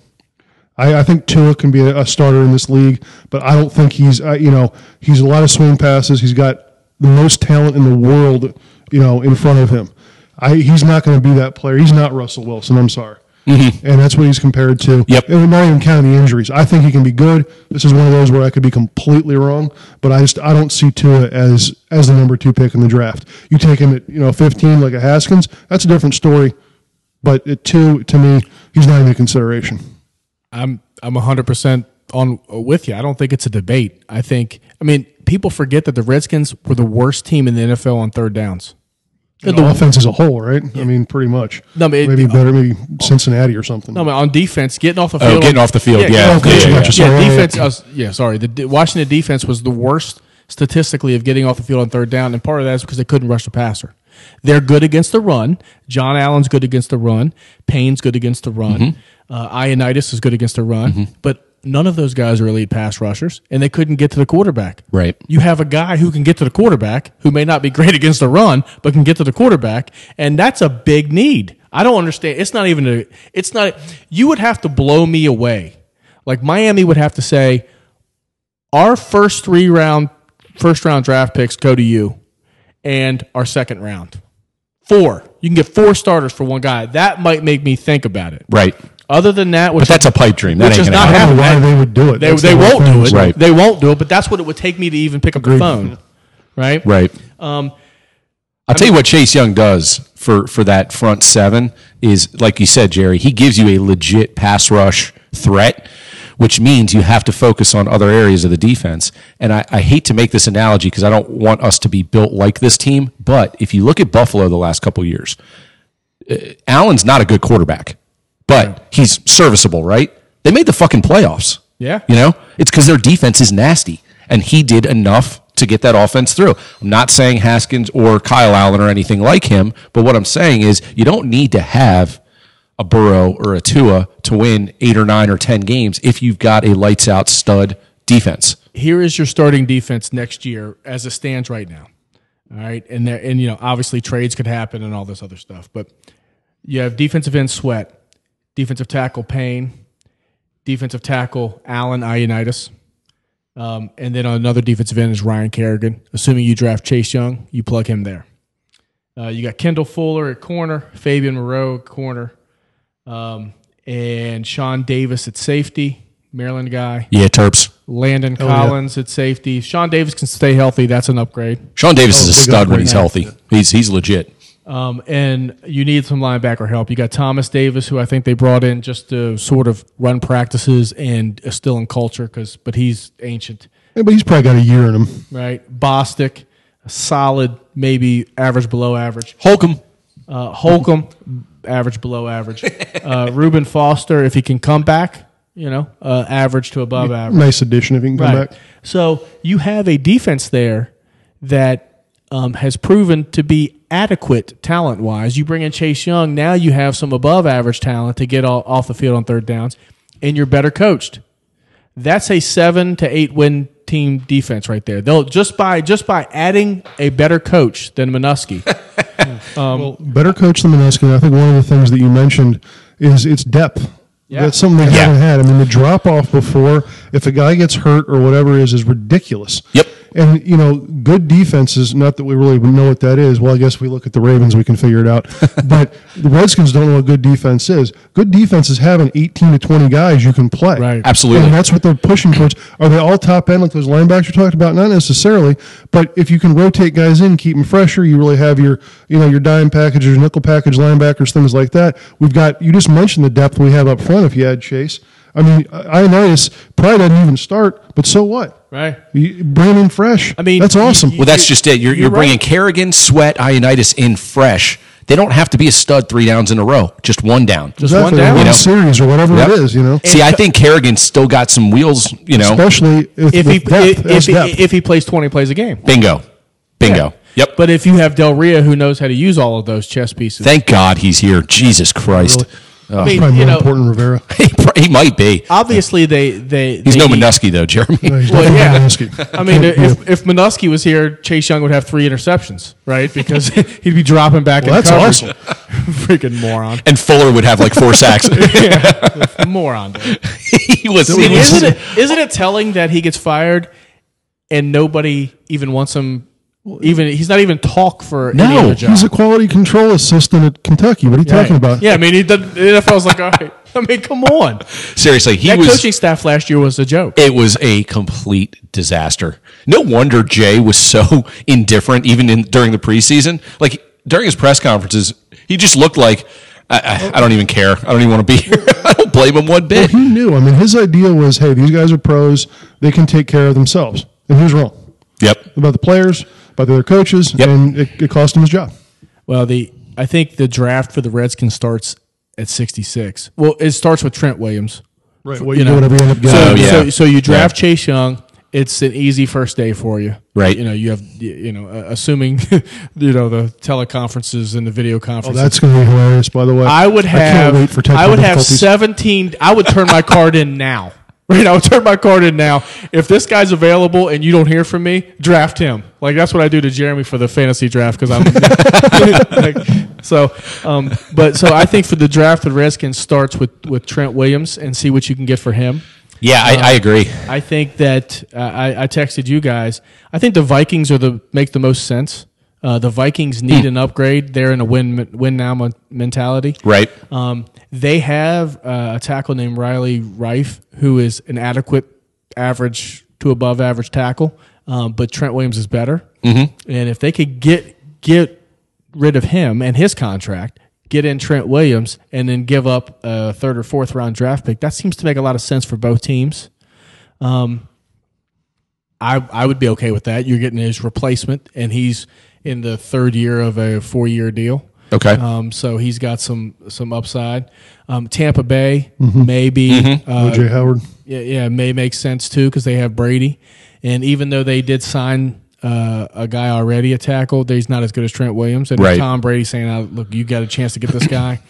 Speaker 2: I, I think Tua can be a, a starter in this league, but I don't think he's uh, you know he's a lot of swing passes. He's got the most talent in the world, you know, in front of him. I, he's not going to be that player. He's not Russell Wilson. I'm sorry, and that's what he's compared to.
Speaker 1: Yep.
Speaker 2: And not even counting the injuries. I think he can be good. This is one of those where I could be completely wrong, but I just I don't see Tua as as the number two pick in the draft. You take him at you know 15 like a Haskins, that's a different story. But at two, to me, he's not even a consideration.
Speaker 3: I'm I'm 100 percent on uh, with you. I don't think it's a debate. I think I mean people forget that the Redskins were the worst team in the NFL on third downs.
Speaker 2: And the offense as a whole, right? I mean, pretty much.
Speaker 3: No, but it- uh,
Speaker 2: maybe better, maybe Cincinnati or something.
Speaker 3: No, I mean, on defense, getting off the
Speaker 1: Oh,
Speaker 3: field.
Speaker 1: getting off the field, yeah.
Speaker 3: getting off the
Speaker 2: Yeah,
Speaker 3: field.
Speaker 2: yeah, yeah.
Speaker 3: Yeah,
Speaker 2: Yeah,
Speaker 3: defense. I was- yeah, sorry. The de- Washington defense was the worst statistically of getting off the field on third down, and part of that is because they couldn't rush the passer. They're good against the run. John Allen's good against the run. Payne's good against the run.
Speaker 1: Mm-hmm.
Speaker 3: Uh, Ionitis is good against the run. But none of those guys are elite pass rushers, and they couldn't get to the quarterback.
Speaker 1: Right.
Speaker 3: You have a guy who can get to the quarterback, who may not be great against the run, but can get to the quarterback, and that's a big need. I don't understand. It's not even a. It's not. You would have to blow me away. Like Miami would have to say, our first three round, first round draft picks go to you, and our second round, four. You can get four starters for one guy. That might make me think about it.
Speaker 1: Right.
Speaker 3: Other than that, which
Speaker 1: But that's a pipe dream. That
Speaker 3: Which
Speaker 1: ain't
Speaker 3: is
Speaker 1: gonna
Speaker 3: not
Speaker 1: happen.
Speaker 2: I don't know
Speaker 3: happening.
Speaker 2: why they would do it.
Speaker 3: They,
Speaker 2: That's
Speaker 3: they
Speaker 2: the whole
Speaker 3: won't
Speaker 2: thing
Speaker 3: do
Speaker 2: is-
Speaker 3: it.
Speaker 1: Right.
Speaker 3: They won't do it. But that's what it would take me to even pick up the phone. Right.
Speaker 1: Right.
Speaker 3: Um,
Speaker 1: I'll tell you what Chase Young does for for that front seven is like you said, Jerry. He gives you a legit pass rush threat, which means you have to focus on other areas of the defense. And I, I hate to make this analogy because I don't want us to be built like this team. But if you look at Buffalo the last couple years, uh, Allen's not a good quarterback, but he's serviceable, right? They made the fucking playoffs.
Speaker 3: Yeah.
Speaker 1: You know, it's because their defense is nasty, and he did enough to get that offense through. I'm not saying Haskins or Kyle Allen or anything like him, but what I'm saying is you don't need to have a Burrow or a Tua to win eight or nine or 10 games if you've got a lights out stud defense.
Speaker 3: here is your starting defense next year as it stands right now. All right. And there, and you know, obviously trades could happen and all this other stuff, but you have defensive end sweat, defensive tackle pain, defensive tackle Allen Ionitis. Um, and then another defensive end is Ryan Kerrigan. Assuming you draft Chase Young, you plug him there. Uh, you got Kendall Fuller at corner, Fabian Moreau at corner, um, and Sean Davis at safety, Maryland guy.
Speaker 1: Yeah, Terps.
Speaker 3: Landon
Speaker 2: yeah.
Speaker 3: Collins at safety. Sean Davis can stay healthy. That's an upgrade.
Speaker 1: Sean Davis is a
Speaker 2: Oh, big
Speaker 1: stud when
Speaker 2: upgrade.
Speaker 1: he's healthy. He's he's legit.
Speaker 3: Um, and you need some linebacker help. You got Thomas Davis, who I think they brought in just to sort of run practices and is still in culture, because but he's ancient,
Speaker 2: Yeah, but he's probably got a year in him.
Speaker 3: right? Bostic, solid, maybe average below average.
Speaker 1: Holcomb.
Speaker 3: Uh, Holcomb, average below average. Uh, Reuben Foster, if he can come back, you know, uh, average to above average.
Speaker 2: Nice addition if he can come back.
Speaker 3: So you have a defense there that um, has proven to be adequate talent wise. You bring in Chase Young, now you have some above average talent to get all, off the field on third downs, and you're better coached. That's a seven to eight win team defense right there. They'll just by just by adding a better coach than Minuski.
Speaker 1: Um,
Speaker 2: Better coach than Maneskin. I think one of the things that you mentioned is its depth.
Speaker 3: Yeah.
Speaker 2: That's something they
Speaker 1: Yeah.
Speaker 2: haven't had. I mean, the drop off before, if a guy gets hurt or whatever it is, is ridiculous.
Speaker 1: Yep.
Speaker 2: And, you know, good defenses, not that we really know what that is. Well, I guess we look at the Ravens, we can figure it out. but the Redskins don't know what good defense is. Good defenses have an 18 to 20 guys you can play.
Speaker 3: Right.
Speaker 1: Absolutely.
Speaker 2: And that's what they're pushing towards. Are they all top end like those linebacks you talked about? Not necessarily, but if you can rotate guys in, keep them fresher, you really have your you know your dime package, your nickel package linebackers, things like that. We've got you just mentioned the depth we have up front. If you add Chase, I mean Ionitis probably doesn't even start, but so what?
Speaker 3: Right.
Speaker 2: You bring him fresh.
Speaker 3: I mean,
Speaker 2: that's
Speaker 3: you-
Speaker 2: awesome.
Speaker 1: Well, that's just it. You're, you're,
Speaker 3: You're
Speaker 1: bringing
Speaker 3: right.
Speaker 1: Kerrigan, Sweat, Ionitis in fresh. They don't have to be a stud three downs in a row, just one down.
Speaker 3: Just
Speaker 2: Exactly,
Speaker 3: one down.
Speaker 2: one
Speaker 1: You know?
Speaker 2: series or whatever
Speaker 1: Yep.
Speaker 2: it is, you know.
Speaker 1: See, I think Kerrigan's still got some wheels, you know.
Speaker 2: Especially if,
Speaker 3: If he
Speaker 2: with depth,
Speaker 3: if,
Speaker 2: as
Speaker 3: if,
Speaker 2: depth.
Speaker 3: if he plays twenty plays a game.
Speaker 1: Bingo. Bingo.
Speaker 3: Yeah.
Speaker 1: Yep. But
Speaker 3: But if you have Del Rio who knows how to use all of those chess pieces,
Speaker 1: thank God he's here. Jesus Christ.
Speaker 3: I mean,
Speaker 2: probably
Speaker 3: you
Speaker 2: more
Speaker 3: know,
Speaker 2: important, Rivera.
Speaker 1: he, pr- he might be.
Speaker 3: obviously they they
Speaker 1: He's
Speaker 3: they
Speaker 1: no
Speaker 3: need-
Speaker 1: Minuski, though, Jeremy.
Speaker 2: He's
Speaker 3: Well,
Speaker 2: definitely
Speaker 3: yeah.
Speaker 2: Manosky.
Speaker 3: I mean,
Speaker 2: Can't be a-
Speaker 3: if, if Minuski was here, Chase Young would have three interceptions, right? Because he'd be dropping back
Speaker 2: Well,
Speaker 3: in
Speaker 2: that's
Speaker 3: coverage. Freaking moron.
Speaker 1: And Fuller would have like four sacks.
Speaker 3: moron. dude.
Speaker 1: he was.
Speaker 3: I
Speaker 1: He
Speaker 3: mean,
Speaker 1: was
Speaker 3: isn't, it, isn't it telling that he gets fired and nobody even wants him? Even He's not even talk for any
Speaker 1: No,
Speaker 3: other job.
Speaker 2: He's a quality control assistant at Kentucky. What are you talking about?
Speaker 3: Yeah, I mean, he did, the NFL's like, all right. I mean, come on.
Speaker 1: seriously, he
Speaker 3: That
Speaker 1: was.
Speaker 3: coaching staff last year was a joke.
Speaker 1: It was a complete disaster. No wonder Jay was so indifferent, even in, during the preseason. Like during his press conferences, he just looked like I, I, I don't even care. I don't even want to be here. I don't blame him one bit.
Speaker 2: He knew. I mean, his idea was, hey, these guys are pros. They can take care of themselves. And he was wrong
Speaker 1: Yep.
Speaker 2: about the players, about their coaches,
Speaker 1: Yep.
Speaker 2: and it, it cost him his job.
Speaker 3: Well, the I think the draft for the Redskins starts at 66. Well, it starts with Trent Williams.
Speaker 2: Right. Well,
Speaker 3: you
Speaker 2: you
Speaker 3: know.
Speaker 2: know, whatever you end up getting.
Speaker 3: So,
Speaker 1: Oh, yeah.
Speaker 3: so, so you draft Chase Young. It's an easy first day for you,
Speaker 1: Right.
Speaker 3: You know, you have, you know, uh, assuming, you know, the teleconferences and the video
Speaker 2: Oh,
Speaker 3: conferences.
Speaker 2: that's going to be hilarious, by the way.
Speaker 3: I would have,
Speaker 2: I can't wait for technical
Speaker 3: I would have
Speaker 2: difficulties.
Speaker 3: 17. I would turn my card in now. Right, I would turn my card in now. If this guy's available and you don't hear from me, draft him. Like that's what I do to Jeremy for the fantasy draft because I'm. like, so, um, but so I think for the draft, the Redskins starts with with Trent Williams and see what you can get for him.
Speaker 1: Yeah, I, I agree.
Speaker 3: I think that uh, I, I texted you guys. I think the Vikings are the make the most sense. Uh, the Vikings need an upgrade. They're in a win win now mon- mentality.
Speaker 1: Right.
Speaker 3: Um, they have uh, a tackle named Riley Rife, who is an adequate, average to above average tackle. Um, but Trent Williams is better. Mm-hmm. And if they could get get rid of him and his contract, get in Trent Williams, and then give up a third or fourth round draft pick, that seems to make a lot of sense for both teams. I, I would be okay with that. You're getting his replacement, and he's in the third year of a four year deal.
Speaker 1: Okay.
Speaker 3: Um, so he's got some some upside. Um, Tampa Bay maybe uh,
Speaker 2: OJ Oh, Howard.
Speaker 3: yeah, yeah may make sense too because they have Brady, and even though they did sign uh, a guy already a tackle, he's not as good as Trent Williams. And if
Speaker 1: Right.
Speaker 3: Tom Brady saying, "Oh, "Look, you got a chance to get this guy."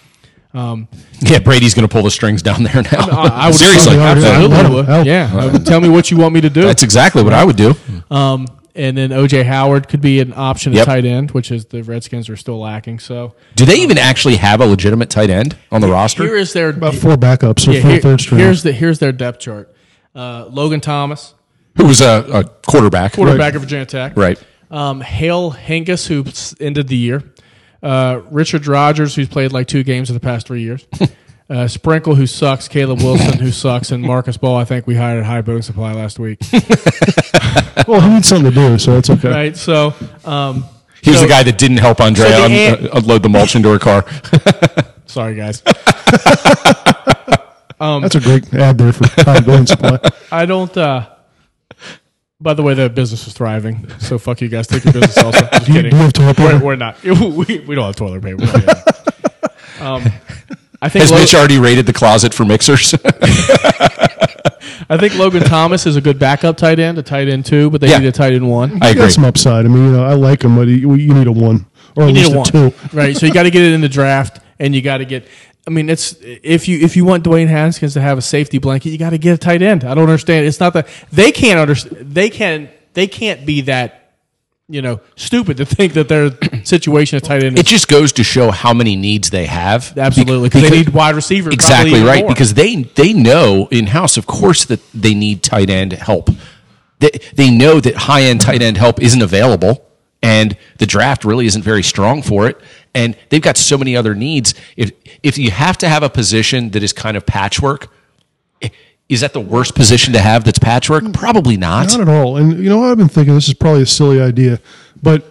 Speaker 1: yeah, Brady's going to pull the strings down there now.
Speaker 3: I, I would
Speaker 1: seriously.
Speaker 2: Yeah,
Speaker 3: absolutely
Speaker 2: let him
Speaker 3: would.
Speaker 2: out.
Speaker 3: Yeah, I would- tell me what you want me to do.
Speaker 1: That's exactly what I would do.
Speaker 3: Um, and then OJ Howard could be an option
Speaker 1: Yep.
Speaker 3: at tight end, which is the Redskins are still lacking. So
Speaker 1: Do they even actually have a legitimate tight end on the roster?
Speaker 3: here is their
Speaker 2: About four backups or
Speaker 3: yeah,
Speaker 2: four
Speaker 3: here-
Speaker 2: third string.
Speaker 3: here's the here's their depth chart. Uh, Logan Thomas,
Speaker 1: Who was a, a quarterback?
Speaker 3: quarterback of Virginia Tech.
Speaker 1: Right.
Speaker 3: Um, Hale Hengis, who s- ended the year. Uh, Richard Rogers, who's played like two games in the past three years. Uh, Sprinkle, who sucks, Caleb Wilson, who sucks, and Marcus Ball. I think we hired at High Boating Supply last week,
Speaker 2: Well, he needs something to do, so that's okay.
Speaker 3: right? So, um,
Speaker 1: He was
Speaker 3: so-
Speaker 1: the guy that didn't help Andrea
Speaker 3: So
Speaker 1: un-
Speaker 3: the
Speaker 1: uh, unload the mulch into her car.
Speaker 3: Sorry, guys.
Speaker 2: That's a great ad there for Todd Glenn Supply.
Speaker 3: I don't. uh By the way, the business is thriving, so fuck you guys. Take your business also. Just
Speaker 2: Do you, do
Speaker 3: kidding.
Speaker 2: you have toilet
Speaker 3: We're,
Speaker 2: paper?
Speaker 3: we're not. We, we don't have toilet paper. We're kidding. um, I think
Speaker 1: Has
Speaker 3: Lo-
Speaker 1: Mitch already raided the closet for mixers?
Speaker 3: I think Logan Thomas is a good backup tight end, a tight end two, but they
Speaker 1: Yeah.
Speaker 3: need a tight end one.
Speaker 1: I
Speaker 2: You
Speaker 1: agree.
Speaker 2: got some upside. I mean, you know, I like him, but you, you need a one or at
Speaker 3: You need
Speaker 2: least
Speaker 3: a
Speaker 2: a,
Speaker 3: one,
Speaker 2: two.
Speaker 3: right? So you got to get it in the draft, and you got to get. I mean, it's if you if you want Dwayne Haskins to have a safety blanket, you got to get a tight end. I don't understand. It's not that they can't understand. They can. They can't be that you know stupid to think that their situation at tight end
Speaker 1: It
Speaker 3: is
Speaker 1: just goes to show how many needs they have.
Speaker 3: absolutely
Speaker 1: Bec-
Speaker 3: because they
Speaker 1: because-
Speaker 3: need wide receivers. probably
Speaker 1: exactly
Speaker 3: even
Speaker 1: right
Speaker 3: more.
Speaker 1: because they they know in house, of course, that they need tight end help. They they know that high end tight end help isn't available, and the draft really isn't very strong for it. And they've got so many other needs. If if you have to have a position that is kind of patchwork, i- is that the worst position to have? That's patchwork? Probably not.
Speaker 2: Not at all. And you know what I've been thinking? This is probably a silly idea, but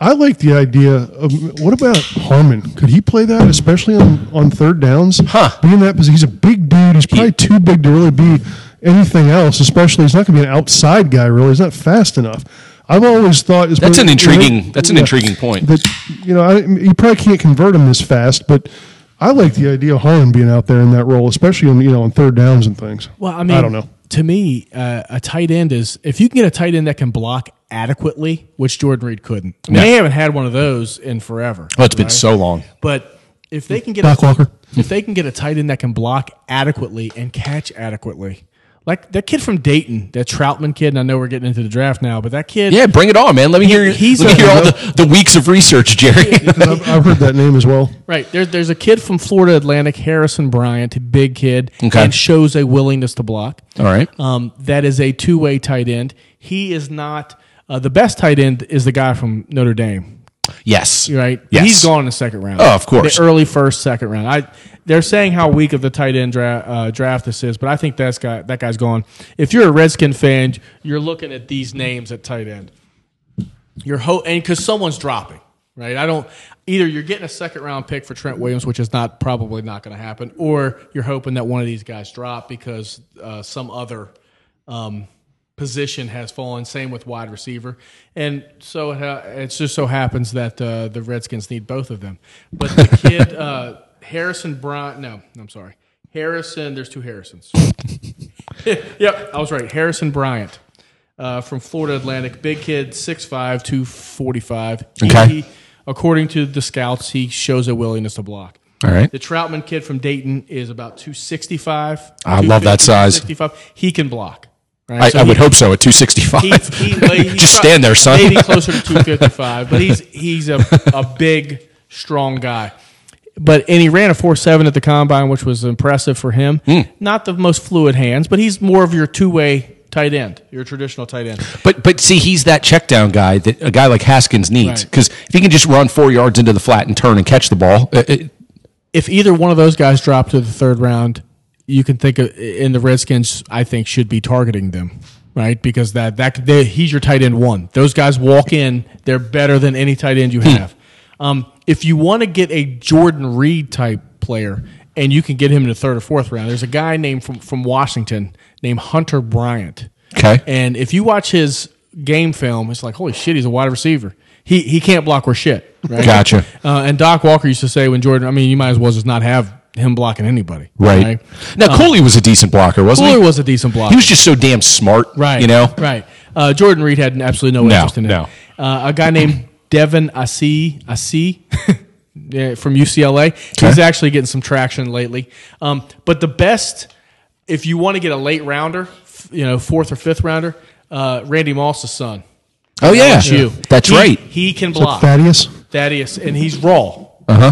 Speaker 2: I like the idea of what about Harmon? Could he play that, especially on, on third downs?
Speaker 1: Huh.
Speaker 2: Being that position, he's a big dude. He's probably too big to really be anything else. Especially, he's not going to be an outside guy. Really, he's not fast enough. I've always thought
Speaker 1: That's an intriguing- that's an intriguing point.
Speaker 2: That you know, I, you probably can't convert him this fast, but. I like the idea of Harmon being out there in that role, especially on you know on third downs and things.
Speaker 3: Well, I mean,
Speaker 2: I don't know.
Speaker 3: To me, uh, a tight end is if you can get a tight end that can block adequately, which Jordan Reed couldn't. I mean,
Speaker 1: Yeah.
Speaker 3: They haven't had one of those in forever.
Speaker 1: Oh, it's been so long.
Speaker 3: But if they can get
Speaker 2: Doc
Speaker 3: a,
Speaker 2: Walker.
Speaker 3: if they can get a tight end that can block adequately and catch adequately, like that kid from Dayton, that Troutman kid, and I know we're getting into the draft now, but that kid,
Speaker 1: Yeah, bring it on, man. Let me hear.
Speaker 3: he's
Speaker 1: let me
Speaker 3: a-
Speaker 1: hear all the, the weeks of research, Jerry.
Speaker 2: I've, I've heard that name as well.
Speaker 3: Right. There's there's a kid from Florida Atlantic, Harrison Bryant, big kid,
Speaker 1: Okay.
Speaker 3: and shows a willingness to block.
Speaker 1: All right.
Speaker 3: Um, that is a two way tight end. He is not uh, the best tight end. Is the guy from Notre Dame,
Speaker 1: yes.
Speaker 3: right?
Speaker 1: Yes.
Speaker 3: He's gone in the second round.
Speaker 1: Oh, of course.
Speaker 3: The early first, second round. I they're saying how weak of the tight end dra- uh, draft this is, but I think that's guy that guy's gone. If you're a Redskin fan, you're looking at these names at tight end. You're ho- and because someone's dropping, right? I don't either. You're getting a second round pick for Trent Williams, which is not probably not going to happen, or you're hoping that one of these guys drop because uh, some other um, position has fallen. Same with wide receiver, and so it, ha- it just so happens that uh, the Redskins need both of them. But the kid uh, Harrison Bryant, no, I'm sorry, Harrison. There's two Harrisons. yep, I was right. Harrison Bryant uh, from Florida Atlantic, big kid, 6'5", 245. He-
Speaker 1: Okay.
Speaker 3: he- according to the scouts, he shows a willingness to block.
Speaker 1: All right.
Speaker 3: The Troutman kid from Dayton is about 265.
Speaker 1: I love that
Speaker 3: 250,
Speaker 1: size.
Speaker 3: 265. He can block.
Speaker 1: I,
Speaker 3: right? So
Speaker 1: I
Speaker 3: he-
Speaker 1: would hope so at 265.
Speaker 3: He's, he, he's
Speaker 1: Just
Speaker 3: prob-
Speaker 1: stand there, son.
Speaker 3: Maybe closer to 255, but he's he's a, a big, strong guy. But and he ran a four seven at the combine, which was impressive for him.
Speaker 1: Hmm.
Speaker 3: Not the most fluid hands, but he's more of your two way tight end, your traditional tight end.
Speaker 1: But but see, he's that check down guy that a guy like Haskins needs.
Speaker 3: Right.
Speaker 1: Because if he can just run four yards into the flat and turn and catch the ball, uh, it,
Speaker 3: If either one of those guys drop to the third round, you can think of in the Redskins. I think should be targeting them. Right, because that that they, he's your tight end one. Those guys walk in; they're better than any tight end you have. Um, if you want to get a Jordan Reed type player, and you can get him in the third or fourth round, there's a guy named from from Washington named Hunter Bryant.
Speaker 1: Okay.
Speaker 3: and if you watch his game film, it's like holy shit, he's a wide receiver. He he can't block or shit. Right?
Speaker 1: Gotcha.
Speaker 3: Uh, and Doc Walker used to say when Jordan, I mean, you might as well just not have him blocking anybody.
Speaker 1: right. Now
Speaker 3: Um,
Speaker 1: Cooley was a decent blocker, wasn't
Speaker 3: Fuller
Speaker 1: he?
Speaker 3: was a decent blocker.
Speaker 1: He was just so damn smart,
Speaker 3: right.
Speaker 1: You know,
Speaker 3: Right. Uh, Jordan Reed had absolutely no,
Speaker 1: No,
Speaker 3: interest in it.
Speaker 1: no.
Speaker 3: Uh, a guy named Devin Asi Asi yeah, from UCLA. He's
Speaker 1: Okay.
Speaker 3: actually getting some traction lately. Um, but the best, if you want to get a late rounder, f- you know, fourth or fifth rounder, uh, Randy Moss's son.
Speaker 1: Oh yeah,
Speaker 3: LSU.
Speaker 1: that's
Speaker 3: He-
Speaker 1: right.
Speaker 3: He can
Speaker 2: Is that
Speaker 3: block.
Speaker 2: Thaddeus?
Speaker 3: Thaddeus, and he's raw.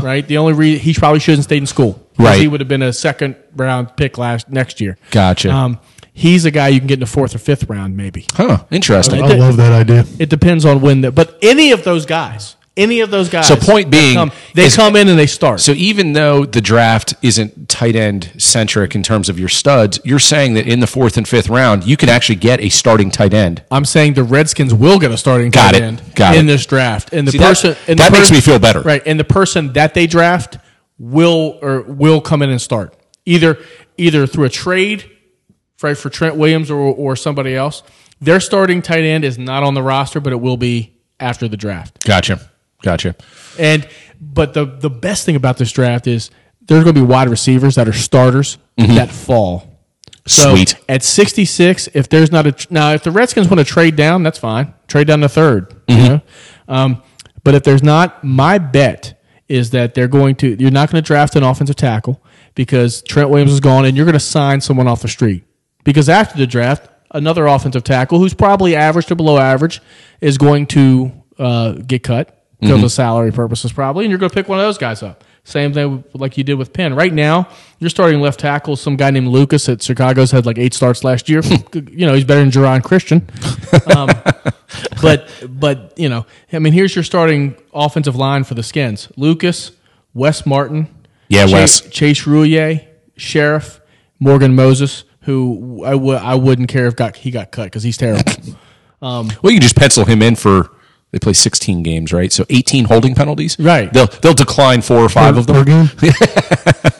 Speaker 3: Right. The only reason he probably shouldn't stayed in school. 'Cause
Speaker 1: Uh-huh. Right.
Speaker 3: He would have been a second round pick last next year.
Speaker 1: Gotcha.
Speaker 3: Um, he's a guy you can get in the fourth or fifth round, maybe.
Speaker 1: Huh? Interesting.
Speaker 2: I love that idea.
Speaker 3: It depends on when. The, but any of those guys, Any of those guys.
Speaker 1: So point
Speaker 3: that
Speaker 1: being
Speaker 3: come- they
Speaker 1: is-
Speaker 3: come in and they start.
Speaker 1: So even though the draft isn't tight end centric in terms of your studs, you're saying that in the fourth and fifth round, you can actually get a starting tight end.
Speaker 3: I'm saying the Redskins will get a starting
Speaker 1: Got
Speaker 3: tight
Speaker 1: it.
Speaker 3: end
Speaker 1: Got
Speaker 3: in
Speaker 1: it.
Speaker 3: this draft, and the
Speaker 1: See, that-
Speaker 3: person and the
Speaker 1: that makes
Speaker 3: person-
Speaker 1: me feel better.
Speaker 3: right? And the person that they draft will or will come in and start either either through a trade, right, for Trent Williams or or somebody else. Their starting tight end is not on the roster, but it will be after the draft.
Speaker 1: Gotcha. Gotcha.
Speaker 3: And but the the best thing about this draft is there's going to be wide receivers that are starters that fall. So
Speaker 1: Sweet.
Speaker 3: at 66, if there's not a tr- now if the Redskins want to trade down, that's fine. Trade down to 3rd You know? um, but if there's not, my bet is that they're going to you're not going to draft an offensive tackle because Trent Williams is gone, and you're going to sign someone off the street because after the draft, another offensive tackle who's probably average to below average is going to uh, get cut because
Speaker 1: Mm-hmm.
Speaker 3: of salary purposes, probably, and you're going to pick one of those guys up. Same thing like you did with Penn. Right now, you're starting left tackle, some guy named Lucas at Chicago's had like eight starts last year.
Speaker 1: Hmm.
Speaker 3: you know, he's better than Jerron Christian. Um, but but you know, I mean, here's your starting offensive line for the Skins: Lucas, Wes Martin,
Speaker 1: Yeah,
Speaker 3: Cha-
Speaker 1: Wes.
Speaker 3: Chase Rouillet, Sheriff, Morgan Moses, who I would I wouldn't care if got he got cut because he's terrible.
Speaker 1: Well, you can just pencil him in for they play 16 games, right? So 18 holding penalties.
Speaker 3: Right.
Speaker 1: They'll they'll decline four or five of them.
Speaker 2: Per game?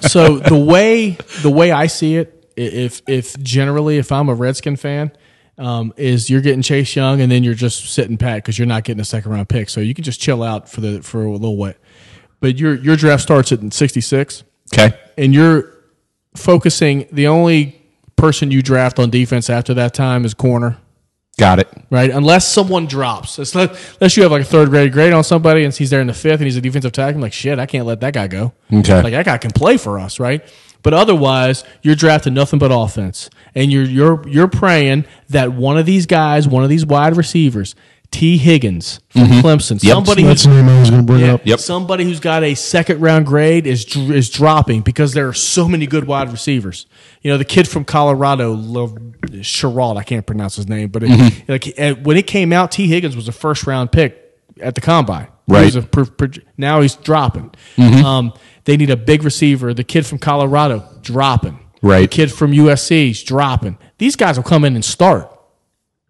Speaker 3: so the way the way I see it, i- if if generally if I'm a Redskin fan, um, is you're getting Chase Young and then you're just sitting pat because you're not getting a second round pick, so you can just chill out for the for a little bit. But your your draft starts at 66.
Speaker 1: Okay.
Speaker 3: and you're focusing the only person you draft on defense after that time is corner
Speaker 1: Got it.
Speaker 3: right unless someone drops It's not- unless you have like a third grade grade on somebody and he's there in the fifth and he's a defensive tackle I'm like shit i can't let that guy go
Speaker 1: Okay.
Speaker 3: like that guy can play for us right but otherwise you're drafting nothing but offense and you're you're you're praying that one of these guys one of these wide receivers t higgins from clemson somebody
Speaker 2: That's
Speaker 3: who's
Speaker 2: the name I was going to bring
Speaker 3: yeah.
Speaker 2: up.
Speaker 1: Yep.
Speaker 3: Somebody who's got a second round grade is dr- is dropping because there are so many good wide receivers. You know, the kid from Colorado, Love Sherrod, I can't pronounce his name, but it,
Speaker 1: Mm-hmm.
Speaker 3: like uh, when it came out, T. Higgins was a first round pick at the combine. He
Speaker 1: Right. Mm-hmm.
Speaker 3: was a pro- pro- now he's dropping. Um, they need a big receiver. The kid from Colorado dropping.
Speaker 1: Right.
Speaker 3: The kid from USC is dropping. These guys will come in and start.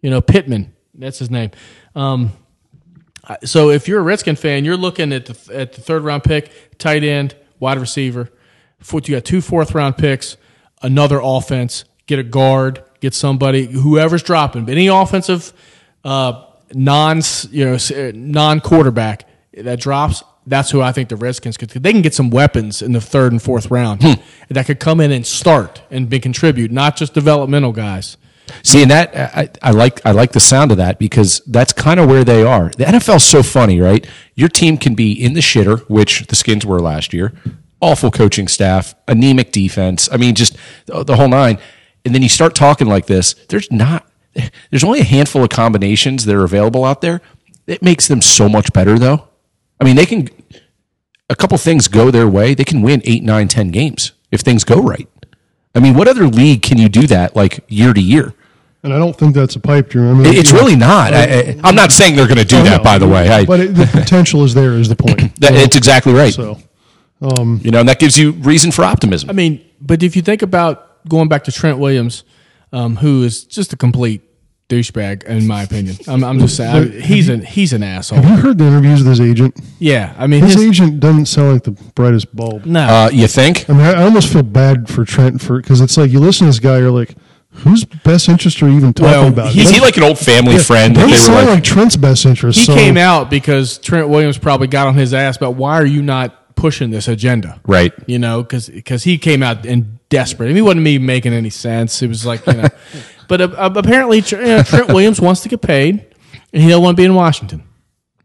Speaker 3: You know, Pittman, that's his name. Um, so if you're a Redskin fan, you're looking at the at the third round pick, tight end, wide receiver. Fourth, you got two fourth round picks, another offense. Get a guard, get somebody, whoever's dropping. But any offensive uh, non you know non quarterback that drops, that's who I think the Redskins could. They can get some weapons in the third and fourth round that could come in and start and be contribute, not just developmental guys.
Speaker 1: See, and that I, I like I like the sound of that because that's kind of where they are. The NFL's so funny, right? Your team can be in the shitter, which the Skins were last year. Awful coaching staff, anemic defense. I mean, just the the whole nine. And then you start talking like this. There's not. There's only a handful of combinations that are available out there. It makes them so much better, though. I mean, they can. A couple things go their way. They can win eight, nine, ten games if things go right. I mean, what other league can you do that like year to year?
Speaker 2: And I don't think that's a pipe dream. I mean,
Speaker 1: It- It's really not. I, I, I'm not saying they're going to do that, by the way. I,
Speaker 2: But it, the potential is there, is the point.
Speaker 1: that, it's exactly right.
Speaker 2: So,
Speaker 3: um,
Speaker 1: You know, and that gives you reason for optimism.
Speaker 3: I mean, but if you think about going back to Trent Williams, um, who is just a complete douchebag in my opinion. I'm, I'm just saying I- he's an he's an asshole.
Speaker 2: have you heard the interviews with his agent?
Speaker 3: Yeah, I mean,
Speaker 2: His
Speaker 3: his-
Speaker 2: agent doesn't sound like the brightest bulb.
Speaker 3: no,
Speaker 1: uh, you think?
Speaker 2: I mean, I I almost feel bad for Trent for because it's like you listen to this guy, you're like, whose best interest are you even talking
Speaker 3: Well,
Speaker 2: about?
Speaker 1: Is he like an old family friend that
Speaker 2: Doesn't
Speaker 1: they were
Speaker 2: sound
Speaker 1: like,
Speaker 2: like, Trent's best interest.
Speaker 3: he
Speaker 2: so-
Speaker 3: came out because Trent Williams probably got on his ass. But why are you not pushing this agenda?
Speaker 1: Right.
Speaker 3: You know, because he came out and desperate. I mean, he wasn't me making any sense. It was like you know, but uh, uh, apparently Tr- you know, Trent Williams wants to get paid, and he don't want to be in Washington,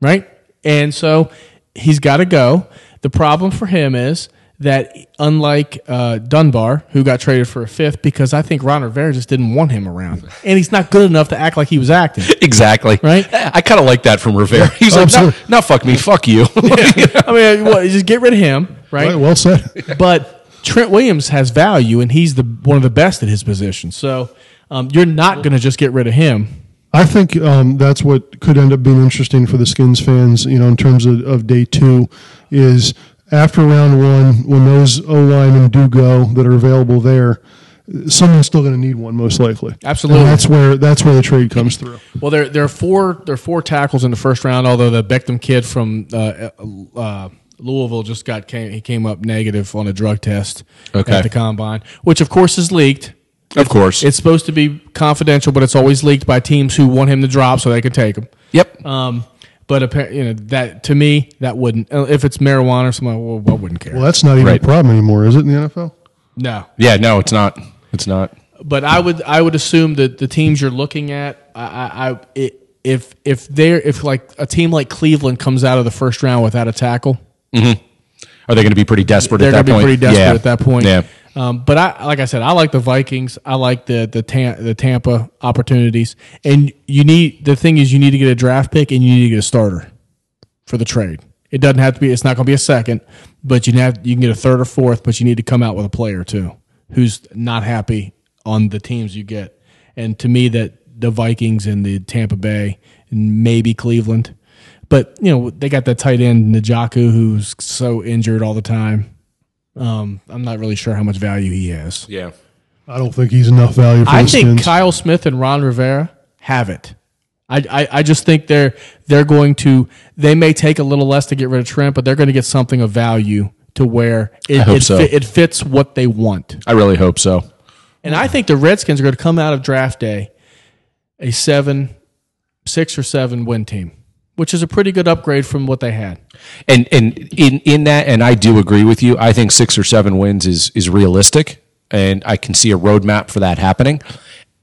Speaker 3: right? And so he's got to go. The problem for him is. That unlike uh, Dunbar, who got traded for a fifth, because I think Ron Rivera just didn't want him around, and he's not good enough to act like he was acting.
Speaker 1: exactly. Eh,
Speaker 3: Right?
Speaker 1: I kind of like that from Rivera. He's like, no,
Speaker 2: absolutely.
Speaker 1: no, fuck me, fuck you.
Speaker 3: I mean, what, just get rid of him, right?
Speaker 2: Right, well said.
Speaker 3: but Trent Williams has value, and he's the one of the best at his position. So um, you're not going to just get rid of him.
Speaker 2: I think um, that's what could end up being interesting for the Skins fans, you know, in terms of, of day two, is after round one, when those O linemen do go that are available there, someone's still going to need one most likely.
Speaker 3: Absolutely.
Speaker 2: And that's where that's where the trade comes through.
Speaker 3: Well, there there are four there are four tackles in the first round. Although the Beckham kid from uh, uh, Louisville just got came he came up negative on a drug test
Speaker 1: Okay.
Speaker 3: at the combine, which of course is leaked.
Speaker 1: Of course.
Speaker 3: It's supposed to be confidential, but it's always leaked by teams who want him to drop so they can take him.
Speaker 1: yep.
Speaker 3: Um, but appar- you know that to me that wouldn't uh, if it's marijuana or something. Well, I wouldn't care.
Speaker 2: Well, that's not even
Speaker 1: Right.
Speaker 2: a problem anymore, is it in the NFL?
Speaker 3: No,
Speaker 1: yeah. No, it's not. It's not.
Speaker 3: but I would I would assume that the teams you're looking at, I, I, I it, if if they're if like a team like Cleveland comes out of the first round without a tackle,
Speaker 1: Are they going to be pretty desperate
Speaker 3: they're
Speaker 1: at that
Speaker 3: gonna be
Speaker 1: point?
Speaker 3: pretty desperate
Speaker 1: Yeah.
Speaker 3: at that point.
Speaker 1: Yeah.
Speaker 3: Um, but I like I said, I like the Vikings. I like the the Tam- the Tampa opportunities, and you need the thing is you need to get a draft pick and you need to get a starter for the trade. It doesn't have to be. It's not going to be a second, but you can have you can get a third or fourth, but you need to come out with a player too who's not happy on the teams you get. And to me, that the Vikings and the Tampa Bay and maybe Cleveland, but you know they got that tight end Najaku who's so injured all the time. Um, I'm not really sure how much value he has.
Speaker 1: Yeah.
Speaker 2: I don't think he's enough value for
Speaker 3: I
Speaker 2: the
Speaker 3: think
Speaker 2: Skins.
Speaker 3: Kyle Smith and Ron Rivera have it. I, I, I just think they're they're going to they may take a little less to get rid of Trent, but they're going to get something of value to where it
Speaker 1: hope
Speaker 3: it,
Speaker 1: so.
Speaker 3: fit- it fits what they want.
Speaker 1: I really hope so.
Speaker 3: And I think the Redskins are going to come out of draft day a seven, six or seven win team, which is a pretty good upgrade from what they had.
Speaker 1: And and in in that, and I do agree with you. I think six or seven wins is is realistic, and I can see a roadmap for that happening.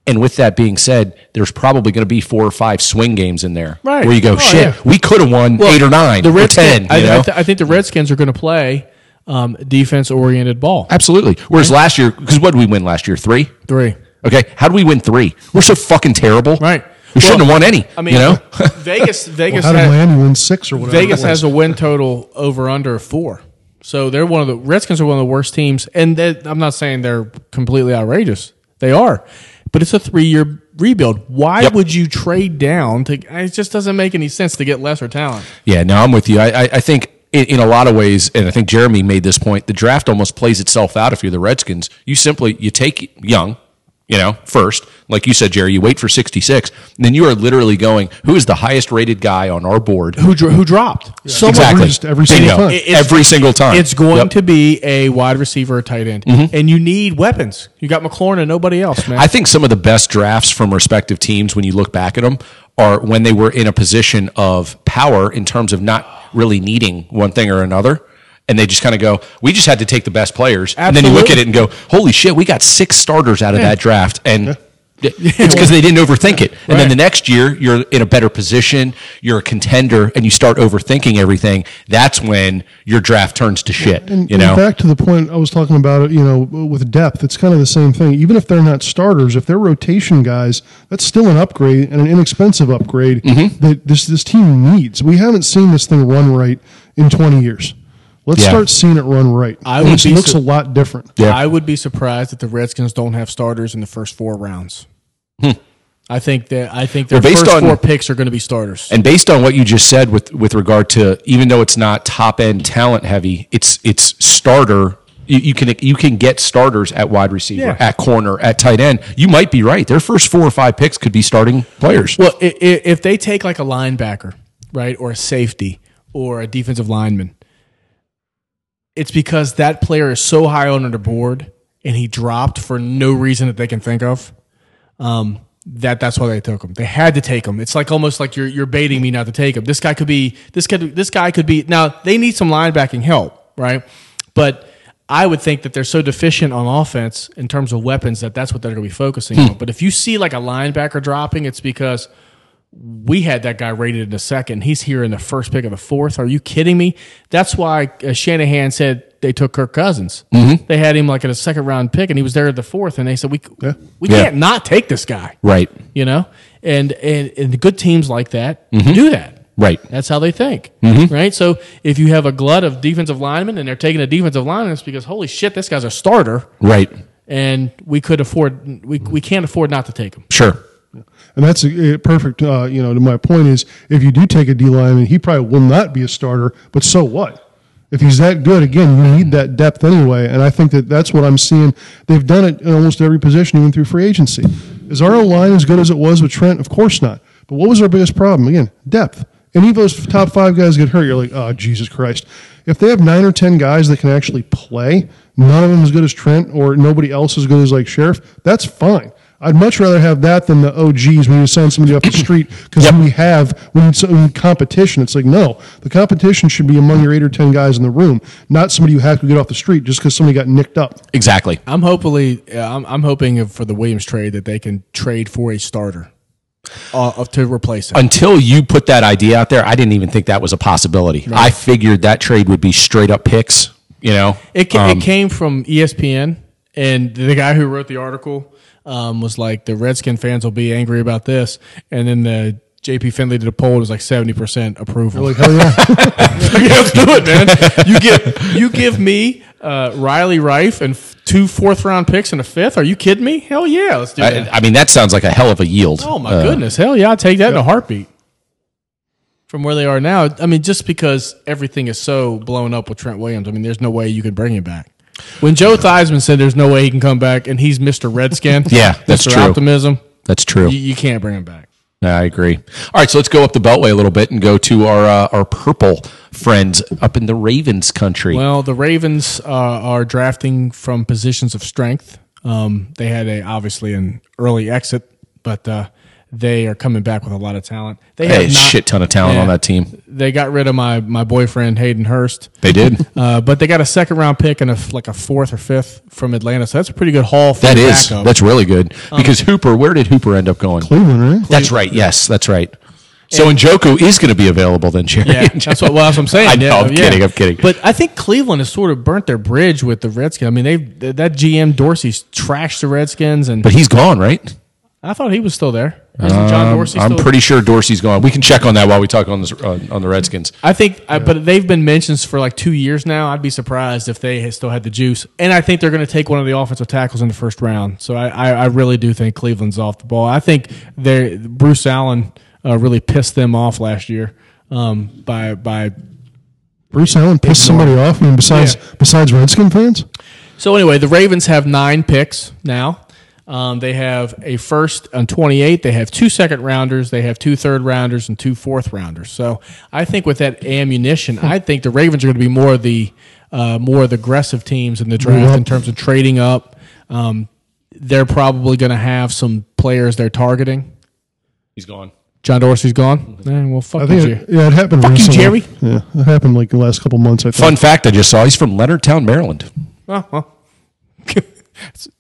Speaker 1: And with that being said, there's probably going to be four or five swing games in there
Speaker 3: Right.
Speaker 1: where you go,
Speaker 3: Oh,
Speaker 1: shit,
Speaker 3: yeah.
Speaker 1: we could have won eight or nine or ten.
Speaker 3: I,
Speaker 1: you know?
Speaker 3: I, th- I think the Redskins are going to play um, defense oriented ball.
Speaker 1: Absolutely. Whereas last year, because what did we win last year? Three.
Speaker 3: Three.
Speaker 1: Okay. How did we win three? We're so fucking terrible.
Speaker 3: Right.
Speaker 1: We shouldn't have
Speaker 3: Well,
Speaker 1: won any.
Speaker 3: I mean,
Speaker 1: you know.
Speaker 3: Vegas Vegas
Speaker 2: How did
Speaker 3: had-
Speaker 2: Miami win six or whatever?
Speaker 3: Vegas
Speaker 2: it was?
Speaker 3: has a win total over under of four. So they're one of the Redskins are one of the worst teams, and they- I'm not saying they're completely outrageous. They are, but it's a three year rebuild. Why
Speaker 1: Yep.
Speaker 3: would you trade down to? It just doesn't make any sense to get lesser talent.
Speaker 1: Yeah, no, I'm with you. I, I, I think in, in a lot of ways, and I think Jeremy made this point. The draft almost plays itself out if you're the Redskins. You simply you take young, you know, first, like you said, Jerry. You wait for 66, and then you are literally going, who is the highest rated guy on our board?
Speaker 3: Who dro- who dropped? So
Speaker 1: Exactly.
Speaker 2: Just every single
Speaker 1: Bingo.
Speaker 2: time.
Speaker 3: It's-
Speaker 1: Every single time.
Speaker 3: It's going
Speaker 1: Yep.
Speaker 3: to be a wide receiver or tight end, and you need weapons. You got McLaurin and nobody else, man.
Speaker 1: I think some of the best drafts from respective teams, when you look back at them, are when they were in a position of power in terms of not really needing one thing or another. And they just kind of go, we just had to take the best players. And then you look at it and go, holy shit, we got six starters out of that draft. And it's because they didn't overthink it. And then the next year, you're in a better position, you're a contender, and you start overthinking everything. That's when your draft turns to shit.
Speaker 2: And,
Speaker 1: You
Speaker 2: and
Speaker 1: know?
Speaker 2: back to the point I was talking about, uh, you know, with depth, it's kind of the same thing. Even if they're not starters, if they're rotation guys, that's still an upgrade and an inexpensive upgrade
Speaker 1: Mm-hmm.
Speaker 2: that this this team needs. We haven't seen this thing run right in 20 years. Let's
Speaker 1: Yeah.
Speaker 2: start seeing it run right.
Speaker 3: I
Speaker 2: It
Speaker 3: would
Speaker 2: looks,
Speaker 3: be
Speaker 2: looks a
Speaker 3: su-
Speaker 2: lot different.
Speaker 1: Yeah.
Speaker 3: I would be surprised if the Redskins don't have starters in the first four rounds. I think that I think their
Speaker 1: Hmm. Well, based
Speaker 3: first
Speaker 1: on-
Speaker 3: four picks are going to be starters.
Speaker 1: And based on what you just said with with regard to even though it's not top end talent heavy, it's it's starter. You, you can you can get starters at wide receiver,
Speaker 3: Yeah.
Speaker 1: at corner, at tight end. You might be right. Their first four or five picks could be starting players.
Speaker 3: Well, i- i- if they take like a linebacker, right, or a safety, or a defensive lineman, it's because that player is so high on the board and he dropped for no reason that they can think of. Um, that that's why they took him. They had to take him. It's like almost like you're you're baiting me not to take him. This guy could be this could this guy could be now they need some linebacking help, right? But I would think that they're so deficient on offense in terms of weapons that that's what they're going to be focusing
Speaker 1: Hmm.
Speaker 3: on. But if you see like a linebacker dropping, it's because we had that guy rated in the second. He's here in the first pick of the fourth. Are you kidding me? That's why uh, Shanahan said they took Kirk Cousins.
Speaker 1: Mm-hmm.
Speaker 3: They had him like at a second round pick, and he was there at the fourth. And they said we we
Speaker 1: Yeah.
Speaker 3: can't not take this guy,
Speaker 1: right,
Speaker 3: you know. And and and the good teams like that do that.
Speaker 1: right.
Speaker 3: That's how they think, right? So if you have a glut of defensive linemen and they're taking a defensive lineman, it's because holy shit, this guy's a starter,
Speaker 1: Right.
Speaker 3: and we could afford we we can't afford not to take him.
Speaker 1: Sure.
Speaker 2: And that's a, a perfect, uh, you know, to my point is if you do take a D lineman, he probably will not be a starter, but so what? If he's that good, again, you need that depth anyway. And I think that that's what I'm seeing. They've done it in almost every position, even through free agency. Is our O line as good as it was with Trent? Of course not. But what was our biggest problem? Again, depth. And even if those top five guys get hurt, you're like, oh, Jesus Christ. If they have nine or 10 guys that can actually play, none of them as good as Trent or nobody else as good as like Sheriff, that's fine. I'd much rather have that than the OGs when you send somebody off the street because we have when it's in competition. It's like no, the competition should be among your eight or ten guys in the room, not somebody you have to get off the street just because somebody got nicked up.
Speaker 1: Exactly.
Speaker 3: I'm hopefully yeah, I'm, I'm hoping for the Williams trade that they can trade for a starter uh, of- to replace him.
Speaker 1: Until you put that idea out there, I didn't even think that was a possibility. I figured that trade would be straight up picks. You know,
Speaker 3: It, ca- it came from E ESPN, and the guy who wrote the article um, was like, the Redskin fans will be angry about this. And then the JP Finley did a poll. It was like 70% approval.
Speaker 2: Like hell yeah,
Speaker 3: Like, let's do it, man. You give, you give me uh, Riley Rife and f- two fourth round picks and a fifth. Are you kidding me? Hell yeah, let's do
Speaker 1: I,
Speaker 3: that.
Speaker 1: I mean that sounds like a hell of a yield.
Speaker 3: oh, my
Speaker 1: Uh,
Speaker 3: goodness. Hell yeah, I'll take that in a heartbeat. From where they are now, I mean, just because everything is so blown up with Trent Williams, I mean, there's no way you could bring him back. When Joe Theismann said there's no way he can come back, and he's Mr. Redskin,
Speaker 1: Yeah, that's
Speaker 3: Mr.
Speaker 1: true.
Speaker 3: Optimism,
Speaker 1: That's true.
Speaker 3: you, you can't bring him back.
Speaker 1: Yeah, I agree. All right, so let's go up the Beltway a little bit and go to our uh, our purple friends up in the Ravens country.
Speaker 3: Well, the Ravens uh, are drafting from positions of strength. Um, they had a obviously an early exit, but uh, they are coming back with a lot of talent. They
Speaker 1: hey,
Speaker 3: have not-
Speaker 1: shit ton of talent on
Speaker 3: Yeah.
Speaker 1: that team.
Speaker 3: They got rid of my my boyfriend Hayden Hurst,
Speaker 1: They did.
Speaker 3: uh, but they got a second round pick and a f- like a fourth or fifth from Atlanta. So that's a pretty good haul. For
Speaker 1: That
Speaker 3: the
Speaker 1: is
Speaker 3: backup. Um,
Speaker 1: that's really good because Hooper. Where did Hooper end up going?
Speaker 2: Cleveland, right?
Speaker 1: That's right. Yes, that's right. So Njoku is going to be available then, Jerry.
Speaker 3: Yeah, that's what, well, that's what I'm saying.
Speaker 1: I know,
Speaker 3: Yeah,
Speaker 1: I'm
Speaker 3: yeah.
Speaker 1: kidding, I'm kidding.
Speaker 3: But I think Cleveland has sort of burnt their bridge with the Redskins. I mean, they have that GM Dorsey's trashed the Redskins, and
Speaker 1: but he's gone, right?
Speaker 3: I thought he was still there. Isn't John Dorsey
Speaker 1: I'm
Speaker 3: still
Speaker 1: pretty sure Dorsey's gone. We can check on that while we talk on this on, on the Redskins.
Speaker 3: I think, I, but they've been mentions for like two years now. I'd be surprised if they had- still had the juice. And I think they're going to take one of the offensive tackles in the first round. So I, I, I really do think Cleveland's off the ball. I think they Bruce Allen uh, really pissed them off last year um, by by.
Speaker 2: Bruce Allen pissed somebody off. I mean, besides
Speaker 3: Yeah.
Speaker 2: besides Redskin fans,
Speaker 3: So anyway, the Ravens have nine picks now. Um, they have a first and 28. They have two second rounders. They have two third rounders and two fourth rounders. So I think with that ammunition,
Speaker 2: Hmm.
Speaker 3: I think the Ravens are going to be more of the uh, more of the aggressive teams in the draft in terms of trading up. Um, they're probably going to have some players they're targeting.
Speaker 1: He's gone.
Speaker 3: John Dorsey's gone. Eh, well, fuck
Speaker 2: I
Speaker 3: you.
Speaker 2: think it, yeah, it happened.
Speaker 3: Fuck you,
Speaker 2: recently.
Speaker 3: Jerry.
Speaker 2: Yeah, it happened like the last couple months. I think.
Speaker 1: Fun fact I just saw: he's from Leonardtown, Maryland.
Speaker 3: Oh, well.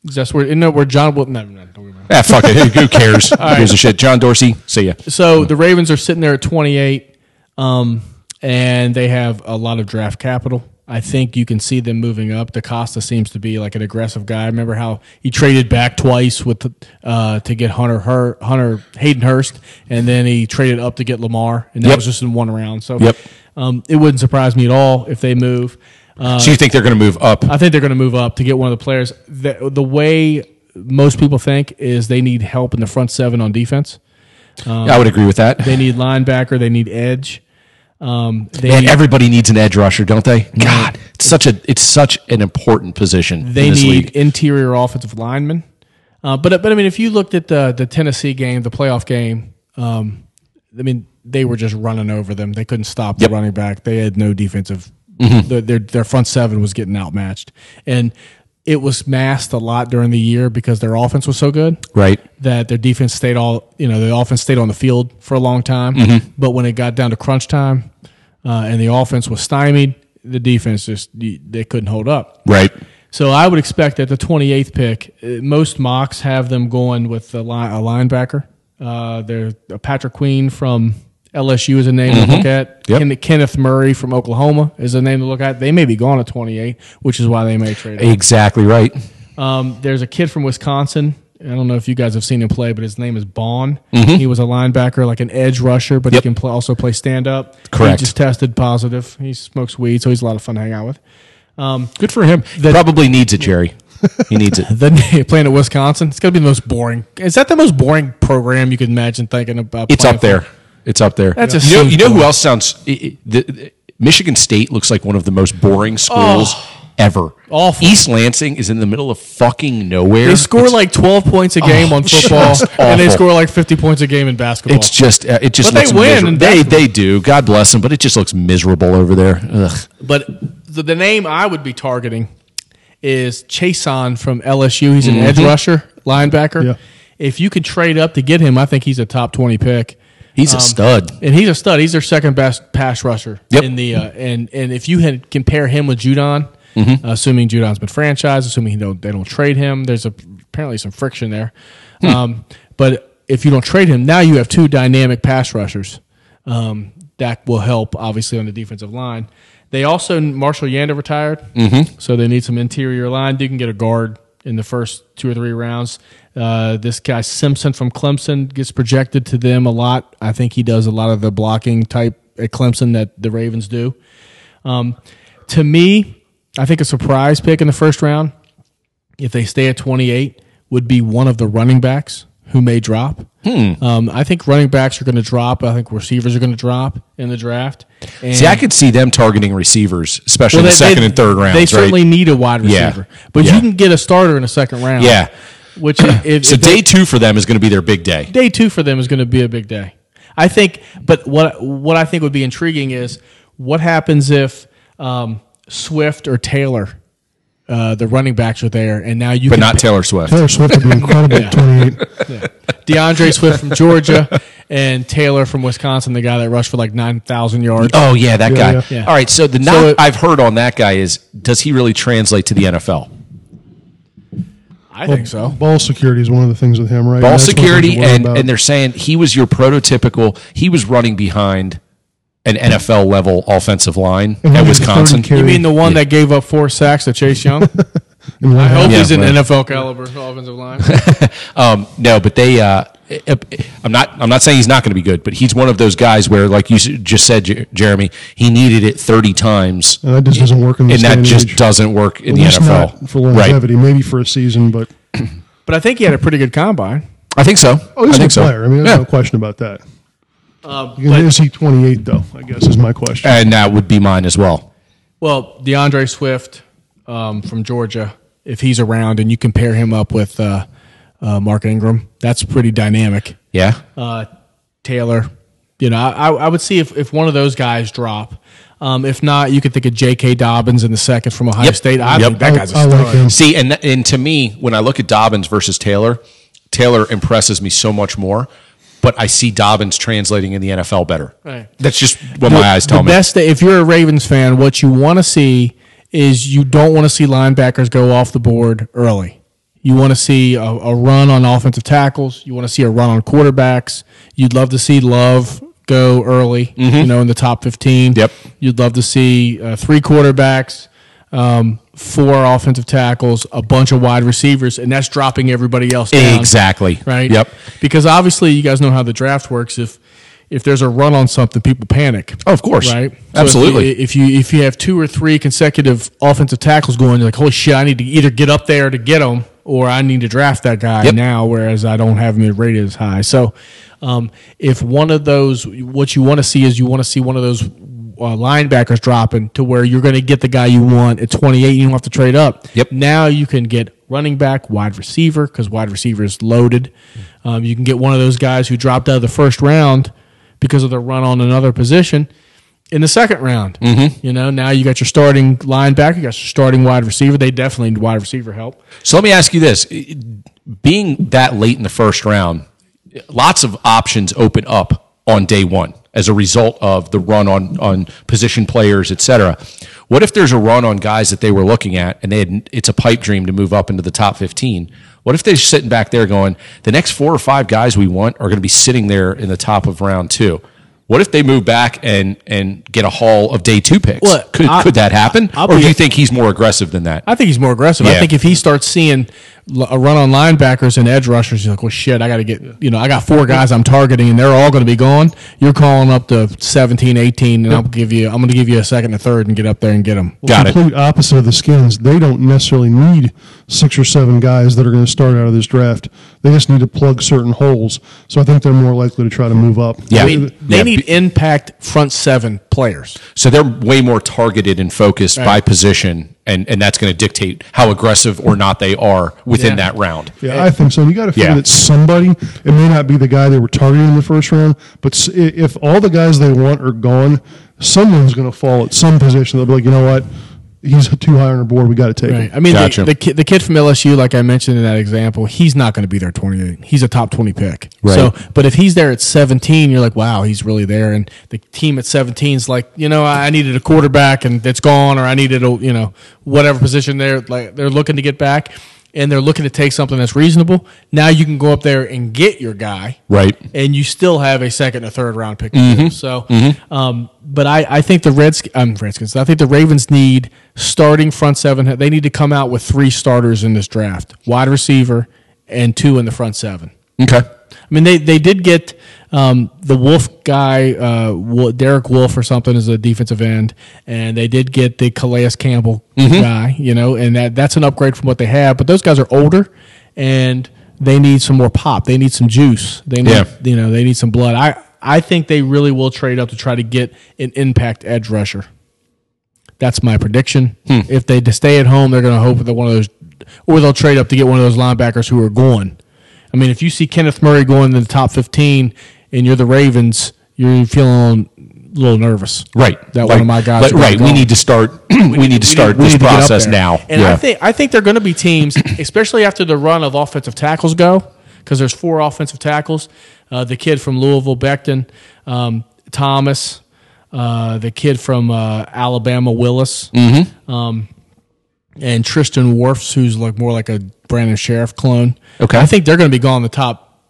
Speaker 3: That's where, isn't that where John? Well, no, no, don't worry about it.
Speaker 1: Ah, fuck it. Who cares? Who gives a shit? John Dorsey. See ya.
Speaker 3: So the Ravens are sitting there at 28, um, and they have a lot of draft capital. I think you can see them moving up. DaCosta seems to be like an aggressive guy. Remember how he traded back twice with uh, to get Hunter Hur- Hunter Hayden Hurst, and then he traded up to get Lamar, and that
Speaker 1: Yep.
Speaker 3: was just in one round. So
Speaker 1: Yep.
Speaker 3: um, it wouldn't surprise me at all if they move. Uh,
Speaker 1: So you think they're going to move up?
Speaker 3: I think they're going to move up to get one of the players. The, the way most people think is they need help in the front seven on defense.
Speaker 1: I would agree with that.
Speaker 3: They need linebacker. They need edge. Um, they
Speaker 1: Man, everybody needs an edge rusher, don't they? God, it's such a it's such an important position
Speaker 3: they
Speaker 1: in this
Speaker 3: need
Speaker 1: league.
Speaker 3: interior offensive linemen. Uh, but but I mean, if you looked at the the Tennessee game, the playoff game, um, I mean, they were just running over them. They couldn't stop the running back. They had no defensive.
Speaker 1: Mm-hmm.
Speaker 3: Their, their their front seven was getting outmatched, and it was masked a lot during the year because their offense was so good.
Speaker 1: Right.
Speaker 3: that their defense stayed all you know the offense stayed on the field for a long time but when it got down to crunch time uh, and the offense was stymied the defense just they couldn't hold up
Speaker 1: Right.
Speaker 3: so i would expect that the 28th pick uh, most mocks have them going with a, line, a linebacker uh, they're uh, patrick queen from LSU is a name to look at.
Speaker 1: Yep.
Speaker 3: Ken- Kenneth Murray from Oklahoma is a name to look at. They may be gone at 28, which is why they may trade. up.
Speaker 1: Exactly right.
Speaker 3: Um, there's a kid from Wisconsin. I don't know if you guys have seen him play, but his name is Bond. He was a linebacker, like an edge rusher, but
Speaker 1: Mm-hmm. Yep.
Speaker 3: he can play, also play stand up.
Speaker 1: Correct.
Speaker 3: He just tested positive. He smokes weed, so he's a lot of fun to hang out with. Um,
Speaker 1: Good for him. Probably needs it, Jerry. He needs it.
Speaker 3: Then playing at Wisconsin, it's going to be the most boring. Is that the most boring program you could imagine thinking about?
Speaker 1: It's
Speaker 3: playing
Speaker 1: up
Speaker 3: for?
Speaker 1: there. It's up there.
Speaker 3: That's a
Speaker 1: you know, you know who
Speaker 3: simple-
Speaker 1: else sounds? i- i- the, the- Michigan State looks like one of the most boring schools ever.
Speaker 3: Oh, Awful.
Speaker 1: East Lansing is in the middle of fucking nowhere.
Speaker 3: They score
Speaker 1: It's-
Speaker 3: like 12 points a game on
Speaker 1: just
Speaker 3: football, and they
Speaker 1: awful.
Speaker 3: score like 50 points a game in basketball.
Speaker 1: It's just uh, it just
Speaker 3: But they
Speaker 1: looks
Speaker 3: win,
Speaker 1: miserable.
Speaker 3: and
Speaker 1: They
Speaker 3: that's-
Speaker 1: they do. God bless them, but it just looks miserable over there. Ugh.
Speaker 3: But the, the name I would be targeting is Chason from LSU. He's an edge rusher, linebacker.
Speaker 2: Yeah.
Speaker 3: If you could trade up to get him, I think he's a top 20 pick.
Speaker 1: He's a stud.
Speaker 3: And he's a stud. He's their second best pass rusher
Speaker 1: Yep.
Speaker 3: in the uh, and and if you had compare him with Judon, assuming Judon's been franchised, assuming he don't they don't trade him, there's a, apparently some friction there. Um, but if you don't trade him, now you have two dynamic pass rushers. Um, that will help obviously on the defensive line. They also Marshall Yanda retired, so they need some interior line. You can get a guard in the first two or three rounds. Uh, this guy Simpson from Clemson gets projected to them a lot. I think he does a lot of the blocking type at Clemson that the Ravens do. Um, to me, I think a surprise pick in the first round, if they stay at 28, would be one of the running backs who may drop.
Speaker 1: Hmm.
Speaker 3: Um, I think running backs are going to drop. I think receivers are going to drop in the draft. And
Speaker 1: See, I could see them targeting receivers, especially in the
Speaker 3: they-
Speaker 1: second
Speaker 3: they-
Speaker 1: and third rounds.
Speaker 3: They
Speaker 1: right?
Speaker 3: certainly need a wide
Speaker 1: Yeah.
Speaker 3: receiver, but
Speaker 1: Yeah.
Speaker 3: you can get a starter in a second round.
Speaker 1: Yeah.
Speaker 3: Which if,
Speaker 1: So
Speaker 3: if they-
Speaker 1: day two for them is going to be their big day.
Speaker 3: day two for them is going to be a big day. I think, but what what I think would be intriguing is what happens if um, Swift or Taylor, uh, the running backs are there, and now you
Speaker 1: But
Speaker 3: can
Speaker 1: not Taylor Swift.
Speaker 2: Taylor Swift would be incredible at 28.
Speaker 3: DeAndre Swift from Georgia and Taylor from Wisconsin, the guy that rushed for like nine thousand yards.
Speaker 1: Oh yeah, that guy.
Speaker 2: yeah.
Speaker 3: Yeah.
Speaker 1: All right. So the knock
Speaker 3: So it-
Speaker 1: I've heard on that guy is, does he really translate to the NFL?
Speaker 3: I think so.
Speaker 2: Ball security is one of the things with him, right?
Speaker 1: Ball
Speaker 2: That's one of the things
Speaker 1: security,
Speaker 2: to worry
Speaker 1: and
Speaker 2: about.
Speaker 1: and they're saying he was your prototypical. He was running behind an NFL level offensive line
Speaker 2: And
Speaker 1: at
Speaker 2: he was
Speaker 1: Wisconsin.
Speaker 2: 30 carries.
Speaker 3: You mean the one that gave up four sacks to Chase Young?
Speaker 2: And
Speaker 3: I hope
Speaker 1: Yeah,
Speaker 3: he's an
Speaker 1: right.
Speaker 3: NFL caliber offensive line.
Speaker 1: Um, no, but they. Uh, I'm not. I'm not saying he's not going to be good, but he's one of those guys where, like you s- just said, Jer- Jeremy, he needed it 30 times,
Speaker 2: And that just doesn't work Uh, in this
Speaker 1: and
Speaker 2: day
Speaker 1: that
Speaker 2: and
Speaker 1: just
Speaker 2: age.
Speaker 1: doesn't work in
Speaker 2: At
Speaker 1: the
Speaker 2: least
Speaker 1: NFL.
Speaker 2: not for
Speaker 1: right?
Speaker 2: longevity, maybe for a season, but
Speaker 3: but I think he had a pretty good combine.
Speaker 1: I think so.
Speaker 2: oh, he's
Speaker 1: I
Speaker 2: a good
Speaker 1: think so.
Speaker 2: player. I mean, there's
Speaker 1: Yeah.
Speaker 2: no question about that.
Speaker 3: Uh,
Speaker 2: You know, is he 28 though? I guess is my question.
Speaker 1: and that would be mine as well.
Speaker 3: Well, DeAndre Swift um, from Georgia, if he's around and you can pair him up with uh, uh, Mark Ingram, that's pretty dynamic.
Speaker 1: Yeah.
Speaker 3: Uh, Taylor, you know, I, I would see if, if one of those guys drop. Um, if not, you could think of J.K. Dobbins in the second from Ohio
Speaker 1: Yep.
Speaker 3: State. I
Speaker 1: Yep.
Speaker 3: think that guy's a
Speaker 2: I
Speaker 3: stud.
Speaker 2: like him.
Speaker 1: See, and and to me, when I look at Dobbins versus Taylor, Taylor impresses me so much more. But I see Dobbins translating in the NFL better.
Speaker 3: Right.
Speaker 1: That's just what my eyes tell
Speaker 3: the
Speaker 1: me.
Speaker 3: best thing, if you're a Ravens fan, what you want to see is you don't want to see linebackers go off the board early. You want to see a, a run on offensive tackles. You want to see a run on quarterbacks. You'd love to see Love go early, you know, in the top 15.
Speaker 1: Mm-hmm. Yep.
Speaker 3: You'd love to see uh, three quarterbacks, um, four offensive tackles, a bunch of wide receivers, and that's dropping everybody else down
Speaker 1: Exactly.
Speaker 3: right?
Speaker 1: Yep.
Speaker 3: Because obviously, you guys know how the draft works. If if there's a run on something, people panic.
Speaker 1: Oh, of course.
Speaker 3: right? So if
Speaker 1: Absolutely.
Speaker 3: you- if you, if you have two or three consecutive offensive tackles going, you're like, holy shit, I need to either get up there to get them, or I need to draft that guy
Speaker 1: Yep.
Speaker 3: now. Whereas I don't have him rated as high. So, um, if one of those, what you want to see is you want to see one of those. Uh, linebackers dropping to where you're going to get the guy you want at 28. You don't have to trade up.
Speaker 1: Yep.
Speaker 3: Now you can get running back, wide receiver, because wide receiver is loaded. Um, you can get one of those guys who dropped out of the first round because of the run on another position in the second round. Mm-hmm. You know, now you got your starting linebacker, you got your starting wide receiver. They definitely need wide receiver help.
Speaker 1: So let me ask you this: being that late in the first round, lots of options open up on day one as a result of the run on on position players, et cetera. What if there's a run on guys that they were looking at and they had it's a pipe dream to move up into the top 15? What if they're sitting back there going, the next four or five guys we want are going to be sitting there in the top of round two? What if they move back and and get a haul of day two picks?
Speaker 3: Look,
Speaker 1: could
Speaker 3: I-
Speaker 1: could that happen?
Speaker 3: I'll
Speaker 1: or do
Speaker 3: be-
Speaker 1: you think he's more aggressive than that?
Speaker 3: I think he's more aggressive. I
Speaker 1: Yeah.
Speaker 3: think if he starts seeing l- a run on linebackers and edge rushers, he's like, well, shit, I got to get, you know, I got four guys I'm targeting and they're all going to be gone. You're calling up to 17, 18, and I'll give you, I'm going to give you a second and a third and get up there and get them.
Speaker 1: Got it.
Speaker 2: complete opposite of the skins. They don't necessarily need six or seven guys that are going to start out of this draft. They just need to plug certain holes. So I think they're more likely to try to move up.
Speaker 1: Yeah.
Speaker 3: I mean, they
Speaker 1: Yeah.
Speaker 3: need impact front seven players.
Speaker 1: So they're way more targeted and focused by position, and, and that's going to dictate how aggressive or not they are within
Speaker 3: Yeah.
Speaker 1: that round.
Speaker 2: Yeah, I think so. You got to figure
Speaker 1: Yeah.
Speaker 2: that somebody, it may not be the guy they were targeting in the first round, but s- i- if all the guys they want are gone, someone's going to fall at some position. They'll be like, you know what? He's too high on the board. We got to take
Speaker 3: Right.
Speaker 2: him.
Speaker 3: I mean,
Speaker 1: Gotcha.
Speaker 3: the, the, kid, the kid from LSU, like I mentioned in that example, he's not going to be there 28. He's a top 20 pick.
Speaker 1: Right.
Speaker 3: So, but if he's there at 17, you're like, wow, he's really there. And the team at 17 is like, you know, I I needed a quarterback and it's gone, or I needed a, you know, whatever position they're like, they're looking to get back and they're looking to take something that's reasonable. Now you can go up there and get your guy
Speaker 1: Right.
Speaker 3: and you still have a second or third round pick. to do. So, um, but I, I think the Reds, um, Redskins, I think the Ravens need starting front seven. They need to come out with three starters in this draft wide receiver and two in the front seven.
Speaker 1: Okay.
Speaker 3: I mean, they, they did get um, the Wolf guy, uh, Wo- Derek Wolf or something, as a defensive end, and they did get the Calais Campbell guy, you know, and that, that's an upgrade from what they have. But those guys are older, and they need some more pop. They need some juice. They need,
Speaker 1: Yeah.
Speaker 3: you know, they need some blood. I, I think they really will trade up to try to get an impact edge rusher. That's my prediction.
Speaker 1: Hmm.
Speaker 3: If they to stay at home, they're going to hope that one of those, or they'll trade up to get one of those linebackers who are going. I mean, if you see Kenneth Murray going to the top fifteen, and you're the Ravens, you're feeling a little nervous,
Speaker 1: Right.
Speaker 3: That
Speaker 1: Like-
Speaker 3: one of my guys,
Speaker 1: like-
Speaker 3: are gonna
Speaker 1: right. We
Speaker 3: go.
Speaker 1: need to start. we, need to start
Speaker 3: We
Speaker 1: this
Speaker 3: need to get up
Speaker 1: process
Speaker 3: there.
Speaker 1: now.
Speaker 3: And I think I think they're going to be teams, especially after the run of offensive tackles go, because there's four offensive tackles. Uh, the kid from Louisville, Becton, um, Thomas, uh, the kid from uh, Alabama, Willis,
Speaker 1: Mm-hmm.
Speaker 3: um, and Tristan Wirfs, who's like more like a Brandon Sheriff clone.
Speaker 1: Okay.
Speaker 3: I think they're going to be gone the top.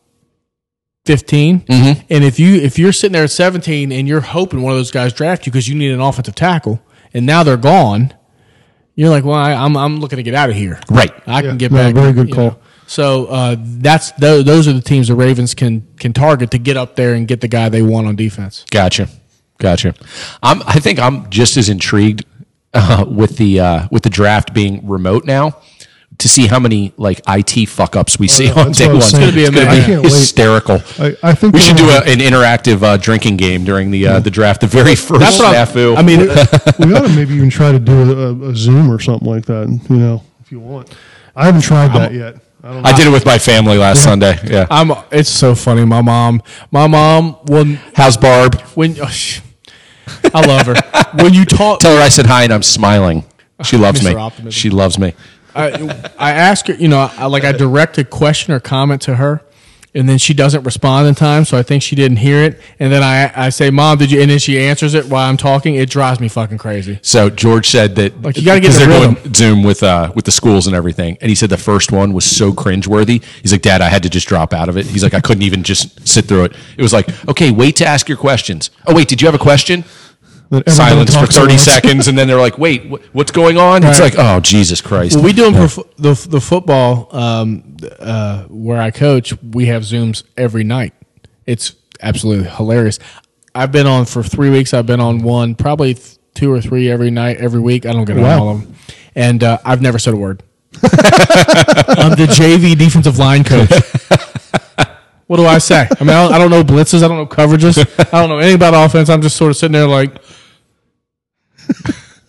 Speaker 3: 15
Speaker 1: Mm-hmm.
Speaker 3: and if you if you're sitting there at 17 and you're hoping one of those guys draft you because you need an offensive tackle and now they're gone you're like, well, I, I'm I'm looking to get out of here.
Speaker 1: Right.
Speaker 3: I can get
Speaker 2: no,
Speaker 3: back.
Speaker 2: very good
Speaker 3: you
Speaker 2: call.
Speaker 3: know. So uh, that's tho- those are the teams the Ravens can can target to get up there and get the guy they want on defense.
Speaker 1: Gotcha, gotcha. I'm. I think I'm just as intrigued uh, with the uh, with the draft being remote now to see how many like IT fuck ups we see
Speaker 2: Oh, yeah,
Speaker 1: on
Speaker 2: that's
Speaker 1: day
Speaker 2: what I
Speaker 1: one.
Speaker 2: was saying.
Speaker 3: It's gonna be
Speaker 2: amazing. I can't wait.
Speaker 1: hysterical.
Speaker 2: I- I think
Speaker 1: we should do
Speaker 2: we're-
Speaker 1: a, an interactive uh, drinking game during the uh, the draft. The very first snafu.
Speaker 3: I mean,
Speaker 2: we ought to maybe even try to do a, a Zoom or something like that, you know, if you want. I haven't tried that yet. I don't
Speaker 1: I did it with my family last Sunday. Yeah.
Speaker 3: I'm. It's so funny. My mom. My mom. When
Speaker 1: How's Barb?
Speaker 3: when oh, sh- I love her. When you
Speaker 2: Oh.
Speaker 3: talk,
Speaker 1: Tell her I said hi and I'm smiling. She loves me.
Speaker 3: Mr. Optimism.
Speaker 1: She loves me.
Speaker 3: I, I ask her, you know, I, like I direct a question or comment to her, and then she doesn't respond in time, so I think she didn't hear it. And then I, I say, "Mom, did you?" And then she answers it while I'm talking. It drives me fucking crazy.
Speaker 1: So George said that
Speaker 3: Like, you gotta get
Speaker 1: 'cause
Speaker 3: in
Speaker 1: they're
Speaker 3: the
Speaker 1: doing Zoom with uh, with the schools and everything, and he said the first one was so cringeworthy. He's like, Dad, I had to just drop out of it. He's like, I couldn't even just sit through it. It was like, okay, wait to ask your questions. Oh wait, did you have a question?
Speaker 2: that everybody
Speaker 1: Silence for
Speaker 2: talks
Speaker 1: thirty
Speaker 2: about.
Speaker 1: seconds, and then they're like, wait, wh- what's going on? It's like, oh Jesus Christ.
Speaker 3: Well, we do 'em for fo- the the football um, uh, where I coach. We have zooms every night. It's absolutely hilarious. I've been on for three weeks. I've been on one, probably th- two or three every night, every week. I don't get on
Speaker 2: Wow.
Speaker 3: all of them, and uh, I've never said a word. I'm the JV defensive line coach. What do I say? I mean, I don't, I don't know blitzes. I don't know coverages. I don't know anything about offense. I'm just sort of sitting there like,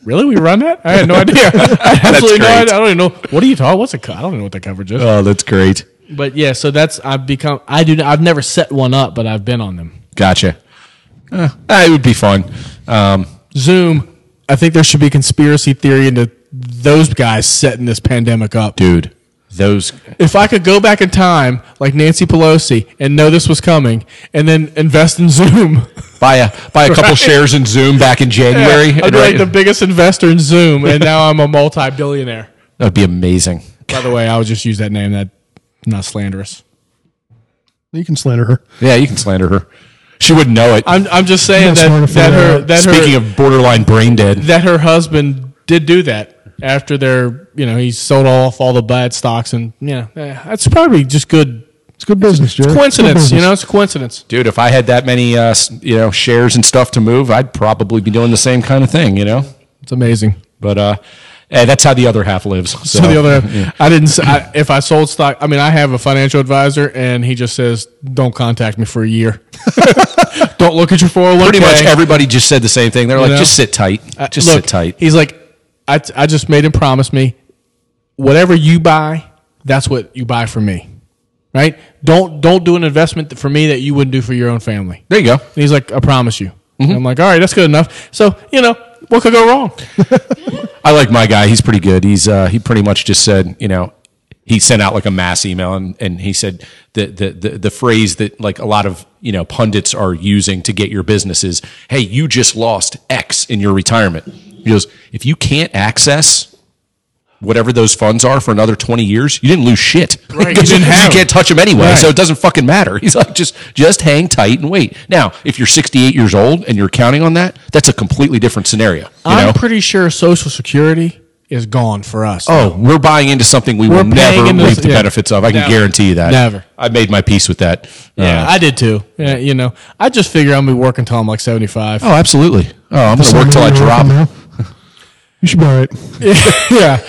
Speaker 3: really? We run that? I had no idea. I absolutely no
Speaker 1: great.
Speaker 3: idea. I don't even know. What are you talking? What's a co- I don't even know what the coverage is.
Speaker 1: oh, that's great.
Speaker 3: Uh, but yeah, so that's I've become. I do. I've never set one up, but I've been on them.
Speaker 1: Gotcha.
Speaker 3: Eh.
Speaker 1: Uh, ah, it would be fun. Um,
Speaker 3: Zoom. I think there should be conspiracy theory into those guys setting this pandemic up.
Speaker 1: dude, those
Speaker 3: If I could go back in time, like Nancy Pelosi, and know this was coming, and then invest in Zoom.
Speaker 1: buy a buy a couple shares in Zoom back in January.
Speaker 3: Yeah, I'd
Speaker 1: and
Speaker 3: be like
Speaker 1: right-
Speaker 3: the biggest investor in Zoom, and now I'm a multi-billionaire.
Speaker 1: that'd be amazing.
Speaker 3: By the way, I would just use that name. That not slanderous.
Speaker 2: You can slander her.
Speaker 1: Yeah, you can slander her. she wouldn't know it.
Speaker 3: I'm, I'm just saying
Speaker 2: That's
Speaker 3: that,
Speaker 2: wonderful.
Speaker 3: that her that
Speaker 1: Speaking
Speaker 3: her,
Speaker 1: of borderline brain dead,
Speaker 3: that her husband did do that after their you know he sold off all the bad stocks and you know eh, that's probably just good
Speaker 2: It's good business, Jerry. It's good
Speaker 3: coincidence. You
Speaker 2: business.
Speaker 3: know, it's a coincidence.
Speaker 1: dude, if I had that many uh, s- you know shares and stuff to move, I'd probably be doing the same kind of thing. You know,
Speaker 3: It's amazing.
Speaker 1: but uh, eh, that's how the other half lives. So,
Speaker 3: So the other, I didn't. s I if I sold stock, I mean, I have a financial advisor, and he just says, "Don't contact me for a year. Don't look at your four hundred one k."
Speaker 1: pretty much everybody just said the same thing. They're like,
Speaker 3: know? Uh,
Speaker 1: just sit tight, just sit tight.
Speaker 3: He's like, I, I just made him promise me, whatever you buy, that's what you buy for me, right? Don't don't do an investment for me that you wouldn't do for your own family.
Speaker 1: There you go.
Speaker 3: And he's like, I promise you.
Speaker 1: Mm-hmm.
Speaker 3: And I'm like, all right, that's good enough. So you know, what could go wrong?
Speaker 1: I like my guy. He's pretty good. He's uh, he pretty much just said, you know, he sent out like a mass email and, and he said the, the the the phrase that like a lot of you know pundits are using to get your business is, hey, you just lost X in your retirement. He goes, if you can't access whatever those funds are for another 20 years, you didn't lose shit.
Speaker 3: Right, you
Speaker 1: Because
Speaker 3: didn't have
Speaker 1: can't touch them anyway,
Speaker 3: Right.
Speaker 1: so it doesn't fucking matter. He's like, just just hang tight and wait. Now, if you're 68 years old and you're counting on that, that's a completely different scenario. You
Speaker 3: I'm
Speaker 1: know?
Speaker 3: pretty sure Social Security is gone for us. Uh,
Speaker 1: Oh, we're buying into something we will
Speaker 3: We're paying
Speaker 1: never
Speaker 3: into
Speaker 1: reap
Speaker 3: this-
Speaker 1: the
Speaker 3: yeah.
Speaker 1: benefits of. I can
Speaker 3: Never.
Speaker 1: guarantee you that.
Speaker 3: Never.
Speaker 1: I made my peace with that.
Speaker 3: yeah,
Speaker 1: Uh,
Speaker 3: I did too. Yeah, you know, I just figure I'm gonna be working until I'm like 75.
Speaker 1: oh, absolutely. Oh, I'm going to work till I
Speaker 2: You're
Speaker 1: drop.
Speaker 2: working now. You should be all right.
Speaker 3: yeah.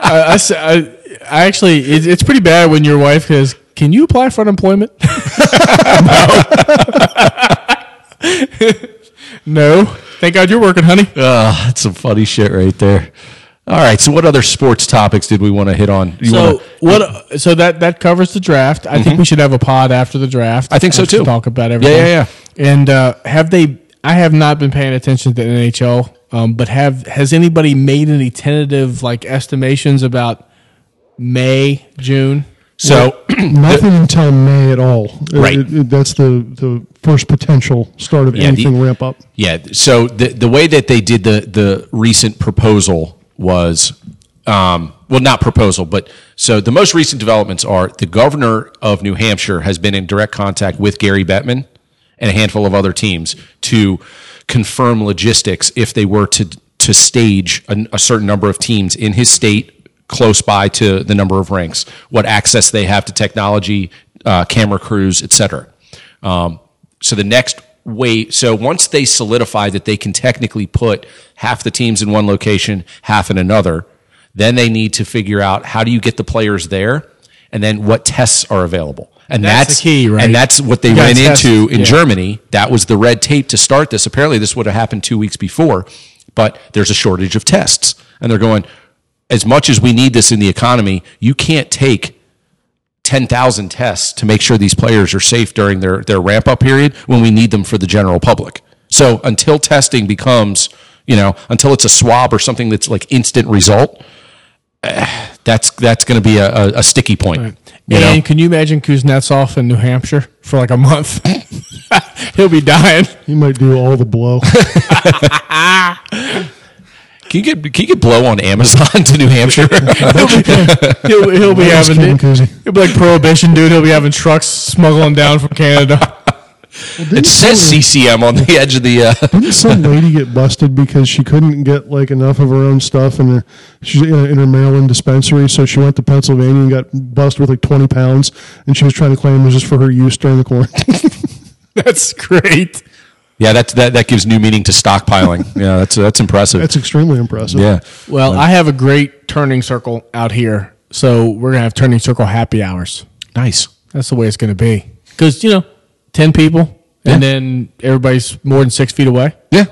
Speaker 3: I, I s- I- I actually, it, it's pretty bad when your wife goes, Can you apply for unemployment? no. Thank God you're working, honey.
Speaker 1: Uh, that's some funny shit right there. All right. So, what other sports topics did we want to hit on? You
Speaker 3: So
Speaker 1: wanna-
Speaker 3: what? So that that covers the draft. I think we should have a pod after the draft.
Speaker 1: I think so,
Speaker 3: Just to
Speaker 1: too.
Speaker 3: Talk about everything.
Speaker 1: yeah, yeah.
Speaker 3: And uh, have they? I have not been paying attention to the NHL, um, but have has anybody made any tentative like estimations about May, June?
Speaker 1: so
Speaker 2: Nothing until May at all. It-
Speaker 1: Right.
Speaker 2: it- it- that's the, the first potential start of
Speaker 1: Yeah, the-
Speaker 2: anything ramp up.
Speaker 1: Yeah. So the the way that they did the the recent proposal was, um, well, not proposal, but so the most recent developments are the governor of New Hampshire has been in direct contact with Gary Bettman and a handful of other teams to confirm logistics if they were to to stage a, a certain number of teams in his state close by to the number of ranks, what access they have to technology, uh, camera crews, et cetera. Um, so the next way, so once they solidify that they can technically put half the teams in one location, half in another, then they need to figure out how do you get the players there, and then what tests are available. And
Speaker 3: That's
Speaker 1: that's,
Speaker 3: the key, right?
Speaker 1: And that's what they
Speaker 3: You gotta
Speaker 1: ran
Speaker 3: test
Speaker 1: into
Speaker 3: it.
Speaker 1: in
Speaker 3: Yeah.
Speaker 1: Germany. That was the red tape to start this. Apparently, this would have happened two weeks before, but there's a shortage of tests, and they're going. As much as we need this in the economy, you can't take 10,000 tests to make sure these players are safe during their, their ramp up period when we need them for the general public. So until testing becomes, you know, until it's a swab or something that's like instant result, eh, that's that's going to be a, a, a sticky point. You know?
Speaker 3: and can you imagine Kuznetsov in New Hampshire for like a month? He'll be dying.
Speaker 2: You might do all the blow.
Speaker 1: Can you get can you get blow on Amazon to New Hampshire?
Speaker 3: He'll be, he'll, he'll be
Speaker 2: I'm just
Speaker 3: having
Speaker 2: kidding, Kuzi.
Speaker 3: he'll be like prohibition dude. He'll be having trucks smuggling down from Canada.
Speaker 1: it says CCM on the edge of the. Uh,
Speaker 2: Didn't some lady get busted because she couldn't get like enough of her own stuff in her she's in her, in her mail-in dispensary? So she went to Pennsylvania and got busted with like twenty pounds, and she was trying to claim it was just for her use during the quarantine.
Speaker 3: That's great.
Speaker 1: yeah, that, that that gives new meaning to stockpiling. Yeah, that's that's impressive.
Speaker 2: That's extremely impressive.
Speaker 1: yeah.
Speaker 3: Well, I have a great turning circle out here, so we're gonna have turning circle happy hours.
Speaker 1: Nice.
Speaker 3: That's the way it's gonna be. Because you know, ten people, and then everybody's more than six feet away.
Speaker 1: Yeah.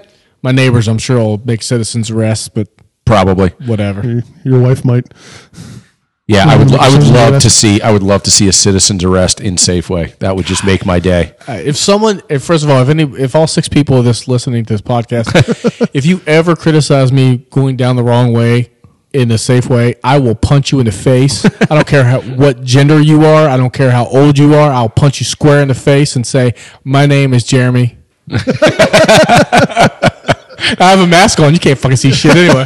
Speaker 3: My neighbors, I'm sure, will make citizens arrests, but
Speaker 1: Probably.
Speaker 3: whatever.
Speaker 2: Your wife might.
Speaker 1: Yeah, I would. I would
Speaker 2: Citizen's
Speaker 1: love
Speaker 2: arrest.
Speaker 1: to see. I would love to see a citizen's arrest in Safeway. That would just make my day.
Speaker 3: Uh, if someone, if first of all, if any, if all six people of this listening to this podcast, if you ever criticize me going down the wrong way in a safe way, I will punch you in the face. I don't care how, what gender you are. I don't care how old you are. I'll punch you square in the face and say, "My name is Jeremy." I have a mask on. You can't fucking see shit anyway.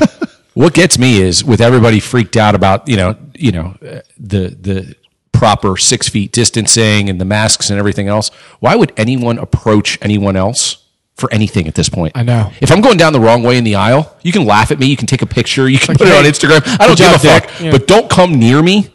Speaker 1: What gets me is with everybody freaked out about you know you know uh, the the proper six feet distancing and the masks and everything else, why would anyone approach anyone else for anything at this point?
Speaker 3: I know.
Speaker 1: If I'm going down the wrong way in the aisle, you can laugh at me, you can take a picture, you can
Speaker 3: Like,
Speaker 1: put it on
Speaker 3: hey,
Speaker 1: Instagram. I don't
Speaker 3: good
Speaker 1: give a
Speaker 3: job, Dick.
Speaker 1: fuck,
Speaker 3: Yeah.
Speaker 1: but don't come near me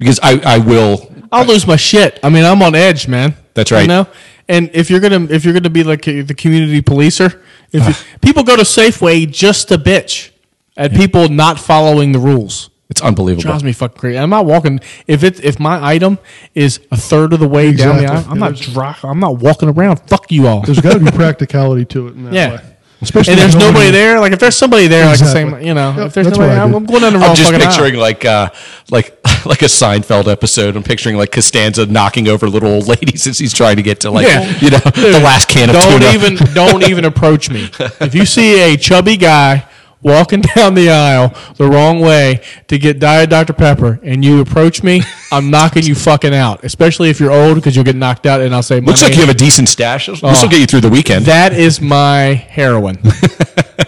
Speaker 1: because I, I will.
Speaker 3: I'll lose my shit. I mean, I'm on edge, man.
Speaker 1: That's right.
Speaker 3: You know, and if you're gonna if you're gonna be like a- the community policer, if you, people go to Safeway just to bitch at people not following the rules,
Speaker 1: It's unbelievable.
Speaker 3: drives me fucking crazy. I'm not walking if it if my item is a third of the way down the
Speaker 2: Exactly.
Speaker 3: aisle. I'm not dry, I'm not walking around. Fuck you all.
Speaker 2: There's got to be practicality to it in that
Speaker 3: Yeah.
Speaker 2: way. Especially
Speaker 3: and
Speaker 2: when
Speaker 3: there's nobody
Speaker 2: in-
Speaker 3: there. Like if there's somebody there, like the
Speaker 2: Exactly.
Speaker 3: same, you know,
Speaker 2: Yep,
Speaker 3: if there's
Speaker 2: that's
Speaker 3: nobody,
Speaker 2: what I
Speaker 3: I'm,
Speaker 2: do.
Speaker 3: I'm going down the wrong
Speaker 1: I'm just
Speaker 3: fucking aisle.
Speaker 1: picturing like uh, like like a Seinfeld episode. I'm picturing like Costanza knocking over little old ladies as he's trying to get to like
Speaker 3: Yeah.
Speaker 1: you know the last can of
Speaker 3: don't
Speaker 1: tuna.
Speaker 3: even don't even approach me. If you see a chubby guy walking down the aisle the wrong way to get Diet Dr Pepper, and you approach me, I'm knocking you fucking out. Especially if you're old, because you'll get knocked out. And I'll say, my
Speaker 1: Looks like
Speaker 3: name-
Speaker 1: you have a decent stash. This will
Speaker 3: Oh.
Speaker 1: get you through the weekend.
Speaker 3: That is my heroin.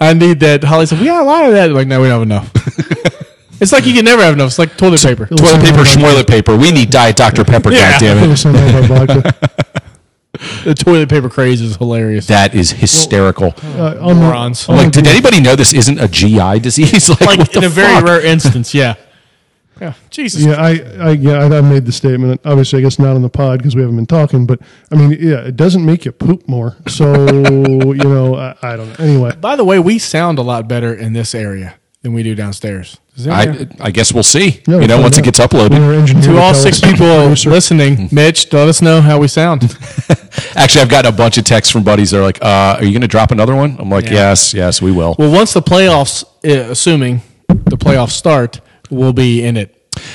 Speaker 3: I need that. Holly said, "We got a lot of that." like, no, we don't have enough. it's like you can never have enough. It's like toilet paper.
Speaker 1: Toilet paper,
Speaker 2: Listen,
Speaker 1: schmoilet paper. We need Diet Dr Pepper.
Speaker 3: Yeah.
Speaker 1: God damn it.
Speaker 2: Listen, my vodka.
Speaker 3: The toilet paper craze is hilarious.
Speaker 1: That is hysterical.
Speaker 3: oh.
Speaker 2: Uh, on the-
Speaker 3: Morons.
Speaker 2: on
Speaker 1: like,
Speaker 2: the-
Speaker 1: did anybody know this isn't a GI disease? like,
Speaker 3: like
Speaker 1: what the
Speaker 3: in a very
Speaker 1: fuck?
Speaker 3: rare instance, yeah. Yeah, Jesus.
Speaker 2: Yeah, I, I, yeah, I, I made the statement. Obviously, I guess not on the pod because we haven't been talking. But I mean, yeah, it doesn't make you poop more. So you know, I, I don't know. Anyway,
Speaker 3: By the way, we sound a lot better in this area than we do downstairs. Does anyone-
Speaker 1: I, I guess we'll see.
Speaker 2: Yeah,
Speaker 1: you know,
Speaker 2: we'll
Speaker 1: once it
Speaker 2: find
Speaker 1: gets
Speaker 2: out.
Speaker 1: uploaded.
Speaker 2: We're engineered
Speaker 3: to all
Speaker 2: tell
Speaker 3: six
Speaker 2: us.
Speaker 3: people listening, Mitch, let us know how we sound.
Speaker 1: Actually, I've gotten a bunch of texts from buddies. They're like, uh, "Are you going to drop another one?" I'm like,
Speaker 3: Yeah.
Speaker 1: "Yes, yes, we will."
Speaker 3: Well, once the playoffs, uh, assuming the playoffs start, we'll be in it.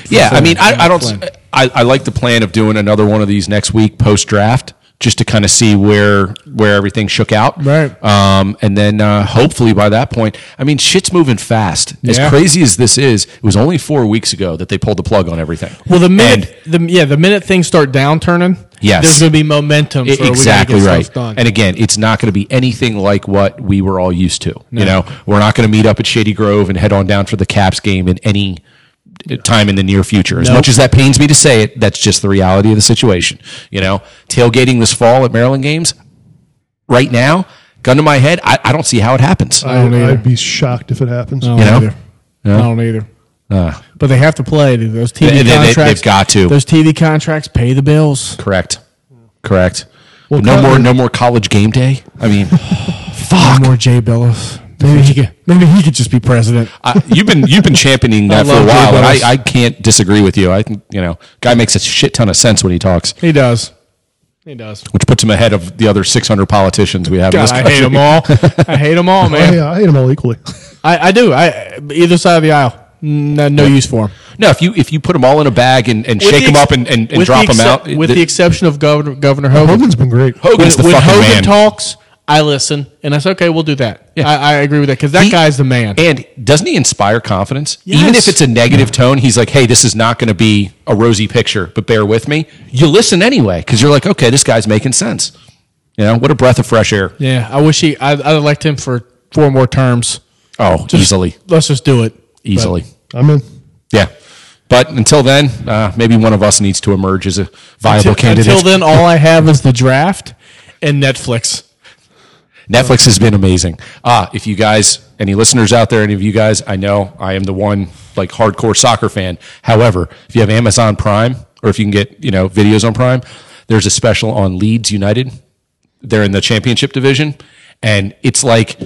Speaker 1: Yeah, I
Speaker 3: Flynn.
Speaker 1: mean, I, I don't.
Speaker 3: Flynn.
Speaker 1: I, I like the plan of doing another one of these next week post draft, just to kind of see where where everything shook out.
Speaker 3: Right.
Speaker 1: Um, and then uh, hopefully by that point, I mean, shit's moving fast.
Speaker 3: Yeah.
Speaker 1: As crazy as this is, it was only four weeks ago that they pulled the plug on everything.
Speaker 3: Well, the
Speaker 1: And-
Speaker 3: minute, the, yeah, the minute things start downturning,
Speaker 1: Yes.
Speaker 3: there's going to be momentum.
Speaker 1: I-
Speaker 3: for
Speaker 1: E-,
Speaker 3: we gotta
Speaker 1: exactly
Speaker 3: get
Speaker 1: right.
Speaker 3: stuff done.
Speaker 1: And again, it's not going to be anything like what we were all used to. You know, we're not going to meet up at Shady Grove and head on down for the Caps game in any uh, time in the near future. As
Speaker 3: Nope.
Speaker 1: much as that pains me to say it, that's just the reality of the situation. You know, tailgating this fall at Maryland games right now, gun to my head, I, I don't see how it happens.
Speaker 3: I don't
Speaker 2: I'd,
Speaker 3: either.
Speaker 2: I'd be shocked if it happens.
Speaker 3: I don't
Speaker 1: you know? Uh.
Speaker 3: either. I don't either. but they have to play dude. those TV
Speaker 1: They- they- they- they've
Speaker 3: contracts.
Speaker 1: got to.
Speaker 3: Those TV contracts pay the bills.
Speaker 1: Correct. Correct.
Speaker 2: Well,
Speaker 1: no
Speaker 2: Kevin-
Speaker 1: more, no more college game day. I mean,
Speaker 3: Fuck. more Jay Billis. Maybe he could. Maybe he could just be president.
Speaker 1: I, you've been you've been championing that
Speaker 3: I
Speaker 1: for a
Speaker 3: love Jay
Speaker 1: while, and
Speaker 3: Billis.
Speaker 1: I, I can't disagree with you. I think you know, guy makes a shit ton of sense when he talks,
Speaker 3: He does. He does.
Speaker 1: which puts him ahead of the other 600 politicians we have. in
Speaker 3: God,
Speaker 1: this
Speaker 3: I
Speaker 1: country.
Speaker 3: hate them all. I hate them all,
Speaker 2: I,
Speaker 3: man.
Speaker 2: Oh, I hate them all equally.
Speaker 3: I, I do. I either side of the aisle. No, no use for them.
Speaker 1: No, if you if you put them all in a bag and, and shake them up and, and, and drop them out,
Speaker 3: With
Speaker 1: th-
Speaker 3: the exception of Governor Governor
Speaker 1: Oh.
Speaker 3: Hogan.
Speaker 2: Hogan's been great.
Speaker 1: Hogan's
Speaker 3: when
Speaker 1: the
Speaker 3: when
Speaker 1: fucking
Speaker 3: Hogan
Speaker 1: man.
Speaker 3: talks, I listen, and I say, okay, we'll do that.
Speaker 1: Yeah.
Speaker 3: I, I agree with that because that
Speaker 1: He-
Speaker 3: guy's the man.
Speaker 1: And doesn't he inspire confidence? Even
Speaker 3: Yes.
Speaker 1: if it's a negative tone, he's like, "Hey, this is not going to be a rosy picture, but bear with me." You listen anyway because you're like, "Okay, this guy's making sense." You know, what a breath of fresh air.
Speaker 3: yeah, I wish he. I, I'd elect him for four more terms.
Speaker 1: Oh,
Speaker 3: Just-
Speaker 1: easily,
Speaker 3: Let's just do it.
Speaker 1: easily.
Speaker 2: I'm in.
Speaker 1: Yeah. But until then, uh, maybe one of us needs to emerge as a viable
Speaker 3: Until,
Speaker 1: candidate.
Speaker 3: until then, all I have is the draft and Netflix.
Speaker 1: Netflix has been amazing. Uh, if you guys, any listeners out there, any of you guys, I know I am the one like hardcore soccer fan. However, if you have Amazon Prime or if you can get you know videos on Prime, there's a special on Leeds United. They're in the Championship division, and it's like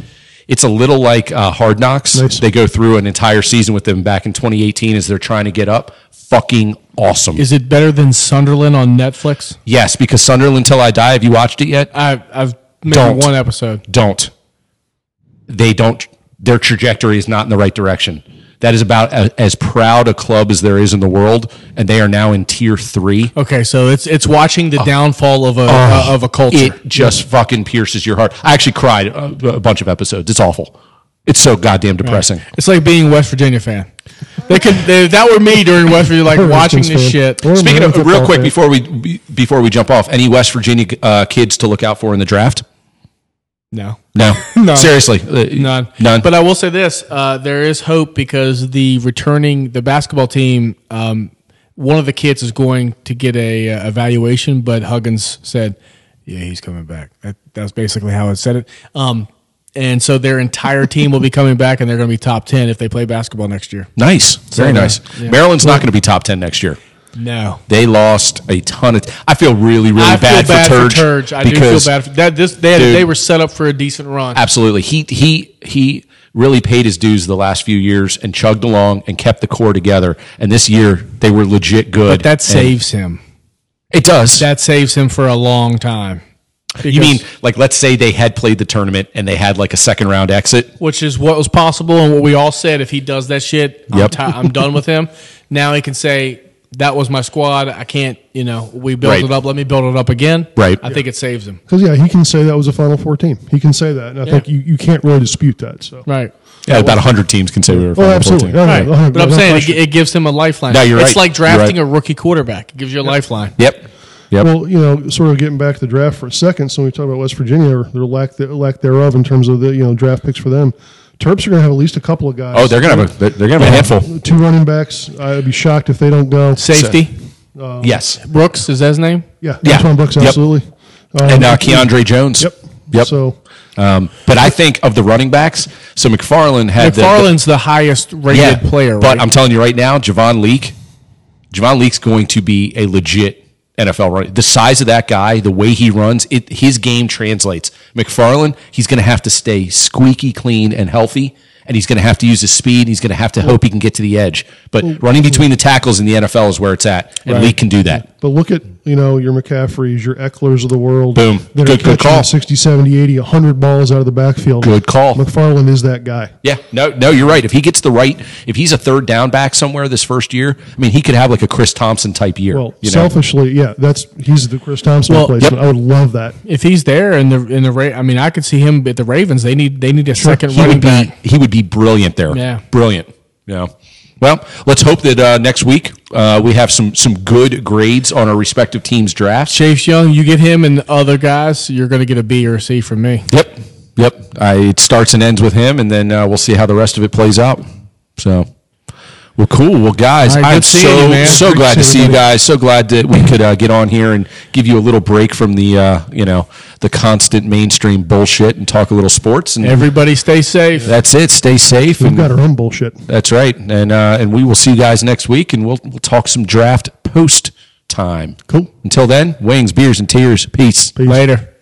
Speaker 1: it's a little like uh, Hard Knocks.
Speaker 2: Nice.
Speaker 1: They go through an entire season with them back in 2018 as they're trying to get up. Fucking awesome.
Speaker 3: Is it better than Sunderland on Netflix?
Speaker 1: yes, because Sunderland Till I Die. Have you watched it yet?
Speaker 3: I, I've maybe
Speaker 1: Don't.
Speaker 3: one episode.
Speaker 1: don't. They don't. Their trajectory is not in the right direction. That is about a, as proud a club as there is in the world, and they are now in tier three.
Speaker 3: Okay, so it's it's watching the downfall of a uh, of a culture.
Speaker 1: It just fucking pierces your heart. I actually cried a, a bunch of episodes. It's awful. It's so goddamn depressing.
Speaker 3: It's like being a West Virginia fan. They could they, that were me during West Virginia, like watching
Speaker 2: Redskins
Speaker 3: this
Speaker 2: fan.
Speaker 3: shit.
Speaker 2: Or a
Speaker 1: Speaking
Speaker 2: Maryland
Speaker 1: of real
Speaker 2: football
Speaker 1: quick
Speaker 2: fan.
Speaker 1: before we be- before we jump off, any West Virginia uh, kids to look out for in the draft?
Speaker 3: No,
Speaker 1: No,
Speaker 3: None.
Speaker 1: seriously, Uh,
Speaker 3: none,
Speaker 1: none.
Speaker 3: But I will say this: uh, there is hope because the returning the basketball team um, one of the kids is going to get a uh, evaluation, but Huggins said, "Yeah, he's coming back." That, that was basically how it said it. Um, and so their entire team will be coming back, and they're going to be top ten if they play basketball next year.
Speaker 1: Nice, very
Speaker 3: uh,
Speaker 1: nice.
Speaker 3: yeah.
Speaker 1: Maryland's not going to be top ten next year.
Speaker 3: No,
Speaker 1: They lost a ton of. I feel really, really
Speaker 3: I
Speaker 1: bad,
Speaker 3: feel bad
Speaker 1: for Turge.
Speaker 3: Turge. I do feel
Speaker 1: because-
Speaker 3: bad for that. This they, had,
Speaker 1: Dude.
Speaker 3: they were set up for a decent run.
Speaker 1: Absolutely, he he he really paid his dues the last few years and chugged along and kept the core together. And this year they were legit good.
Speaker 3: But that
Speaker 1: And
Speaker 3: saves him.
Speaker 1: it does.
Speaker 3: That saves him for a long time.
Speaker 1: you mean
Speaker 3: Because-
Speaker 1: like let's say they had played the tournament and they had like a second round exit?
Speaker 3: which is what was possible and what we all said. If he does that shit, I'm,
Speaker 1: Yep.
Speaker 3: ti- I'm done with him. Now he can say that was my squad. I can't, you know, we built
Speaker 1: Right.
Speaker 3: it up. Let me build it up again.
Speaker 1: Right.
Speaker 3: I think it saves him.
Speaker 2: Because yeah, he can say that was a Final Four team. He can say that, and I think you, you can't really dispute that. So,
Speaker 3: Right.
Speaker 1: Yeah, about hundred teams consider. we were
Speaker 2: oh,
Speaker 1: Final Four
Speaker 2: absolutely.
Speaker 1: team.
Speaker 2: No, no,
Speaker 3: Right.
Speaker 2: no, no,
Speaker 3: But I'm
Speaker 2: no
Speaker 3: saying it,
Speaker 2: question.
Speaker 3: gi- it gives him a lifeline.
Speaker 1: No, you're
Speaker 3: It's
Speaker 1: right.
Speaker 3: like
Speaker 1: You're right.
Speaker 3: drafting a rookie quarterback. It gives you a lifeline.
Speaker 1: Yep. Yep.
Speaker 2: Well, you know, sort of getting back to the draft for a second. So when we talk about West Virginia or their lack their lack thereof in terms of the you know draft picks for them, Terps are going to have at least a couple of guys.
Speaker 1: oh, they're gonna have a, they're they're gonna have a handful.
Speaker 2: two running backs. I'd be shocked if they don't go.
Speaker 3: Safety. uh,
Speaker 1: Yes.
Speaker 3: Brooks is that his name?
Speaker 2: Yeah,
Speaker 1: Yeah.
Speaker 2: Antoine Brooks,
Speaker 1: Yep.
Speaker 2: absolutely. Um,
Speaker 1: And uh, Keandre Jones.
Speaker 2: Yep.
Speaker 1: Yep.
Speaker 2: So
Speaker 1: Um, but I think of the running backs. So McFarland had the- the,
Speaker 3: McFarland's the highest rated player.
Speaker 1: But
Speaker 3: right?
Speaker 1: I'm telling you right now, Javon Leak, Javon Leak's going to be a legit NFL runner. The size of that guy, the way he runs, it his game translates. McFarland, he's going to have to stay squeaky clean and healthy. And he's going to have to use his speed. He's going to have to hope he can get to the edge. But running between the tackles in the NFL is where it's at, and Leak can do
Speaker 3: Mm-hmm.
Speaker 1: that.
Speaker 2: But look at, you know, your McCaffreys, your Ecklers of the world.
Speaker 1: Boom.
Speaker 2: That
Speaker 1: Good-
Speaker 2: are
Speaker 1: good
Speaker 2: catching
Speaker 1: call.
Speaker 2: 60, 70, 80, 100 balls out of the backfield.
Speaker 1: Good call.
Speaker 2: McFarland is that guy.
Speaker 1: Yeah, no, no, you're right. If he gets the right, if he's a third down back somewhere this first year, I mean, he could have like a Chris Thompson type year.
Speaker 2: Well,
Speaker 1: you know?
Speaker 2: selfishly, yeah, that's he's the Chris Thompson
Speaker 3: Well,
Speaker 2: replacement.
Speaker 1: yep.
Speaker 2: I would love that.
Speaker 3: if he's there in the in the Ra- I mean, I could see him at the Ravens. They need they need a second
Speaker 1: he
Speaker 3: running
Speaker 1: would be
Speaker 3: back.
Speaker 1: he would be brilliant there.
Speaker 3: Yeah.
Speaker 1: brilliant. Yeah. Well, let's hope that uh, next week uh, we have some some good grades on our respective teams' drafts.
Speaker 3: Chase Young, you get him and the other guys, you're going to get a B or a C from me.
Speaker 1: Yep, yep. I, it starts and ends with him, and then uh, we'll see how the rest of it plays out. So, well, cool. Well, guys,
Speaker 3: All right,
Speaker 1: I'm
Speaker 3: good seeing
Speaker 1: so
Speaker 3: you, man.
Speaker 1: so
Speaker 2: Great
Speaker 1: glad
Speaker 2: to
Speaker 1: to
Speaker 2: see
Speaker 1: see you
Speaker 2: everybody.
Speaker 1: guys. So glad that we could uh, get on here and give you a little break from the uh, you know the constant mainstream bullshit and talk a little sports. And
Speaker 3: Everybody stay safe.
Speaker 1: that's it. Stay safe.
Speaker 2: We've
Speaker 1: and-
Speaker 2: got our own bullshit.
Speaker 1: That's right, and uh, and we will see you guys next week, and we'll we'll talk some draft post time.
Speaker 2: Cool.
Speaker 1: Until then, wings, beers, and tears. Peace.
Speaker 3: Later.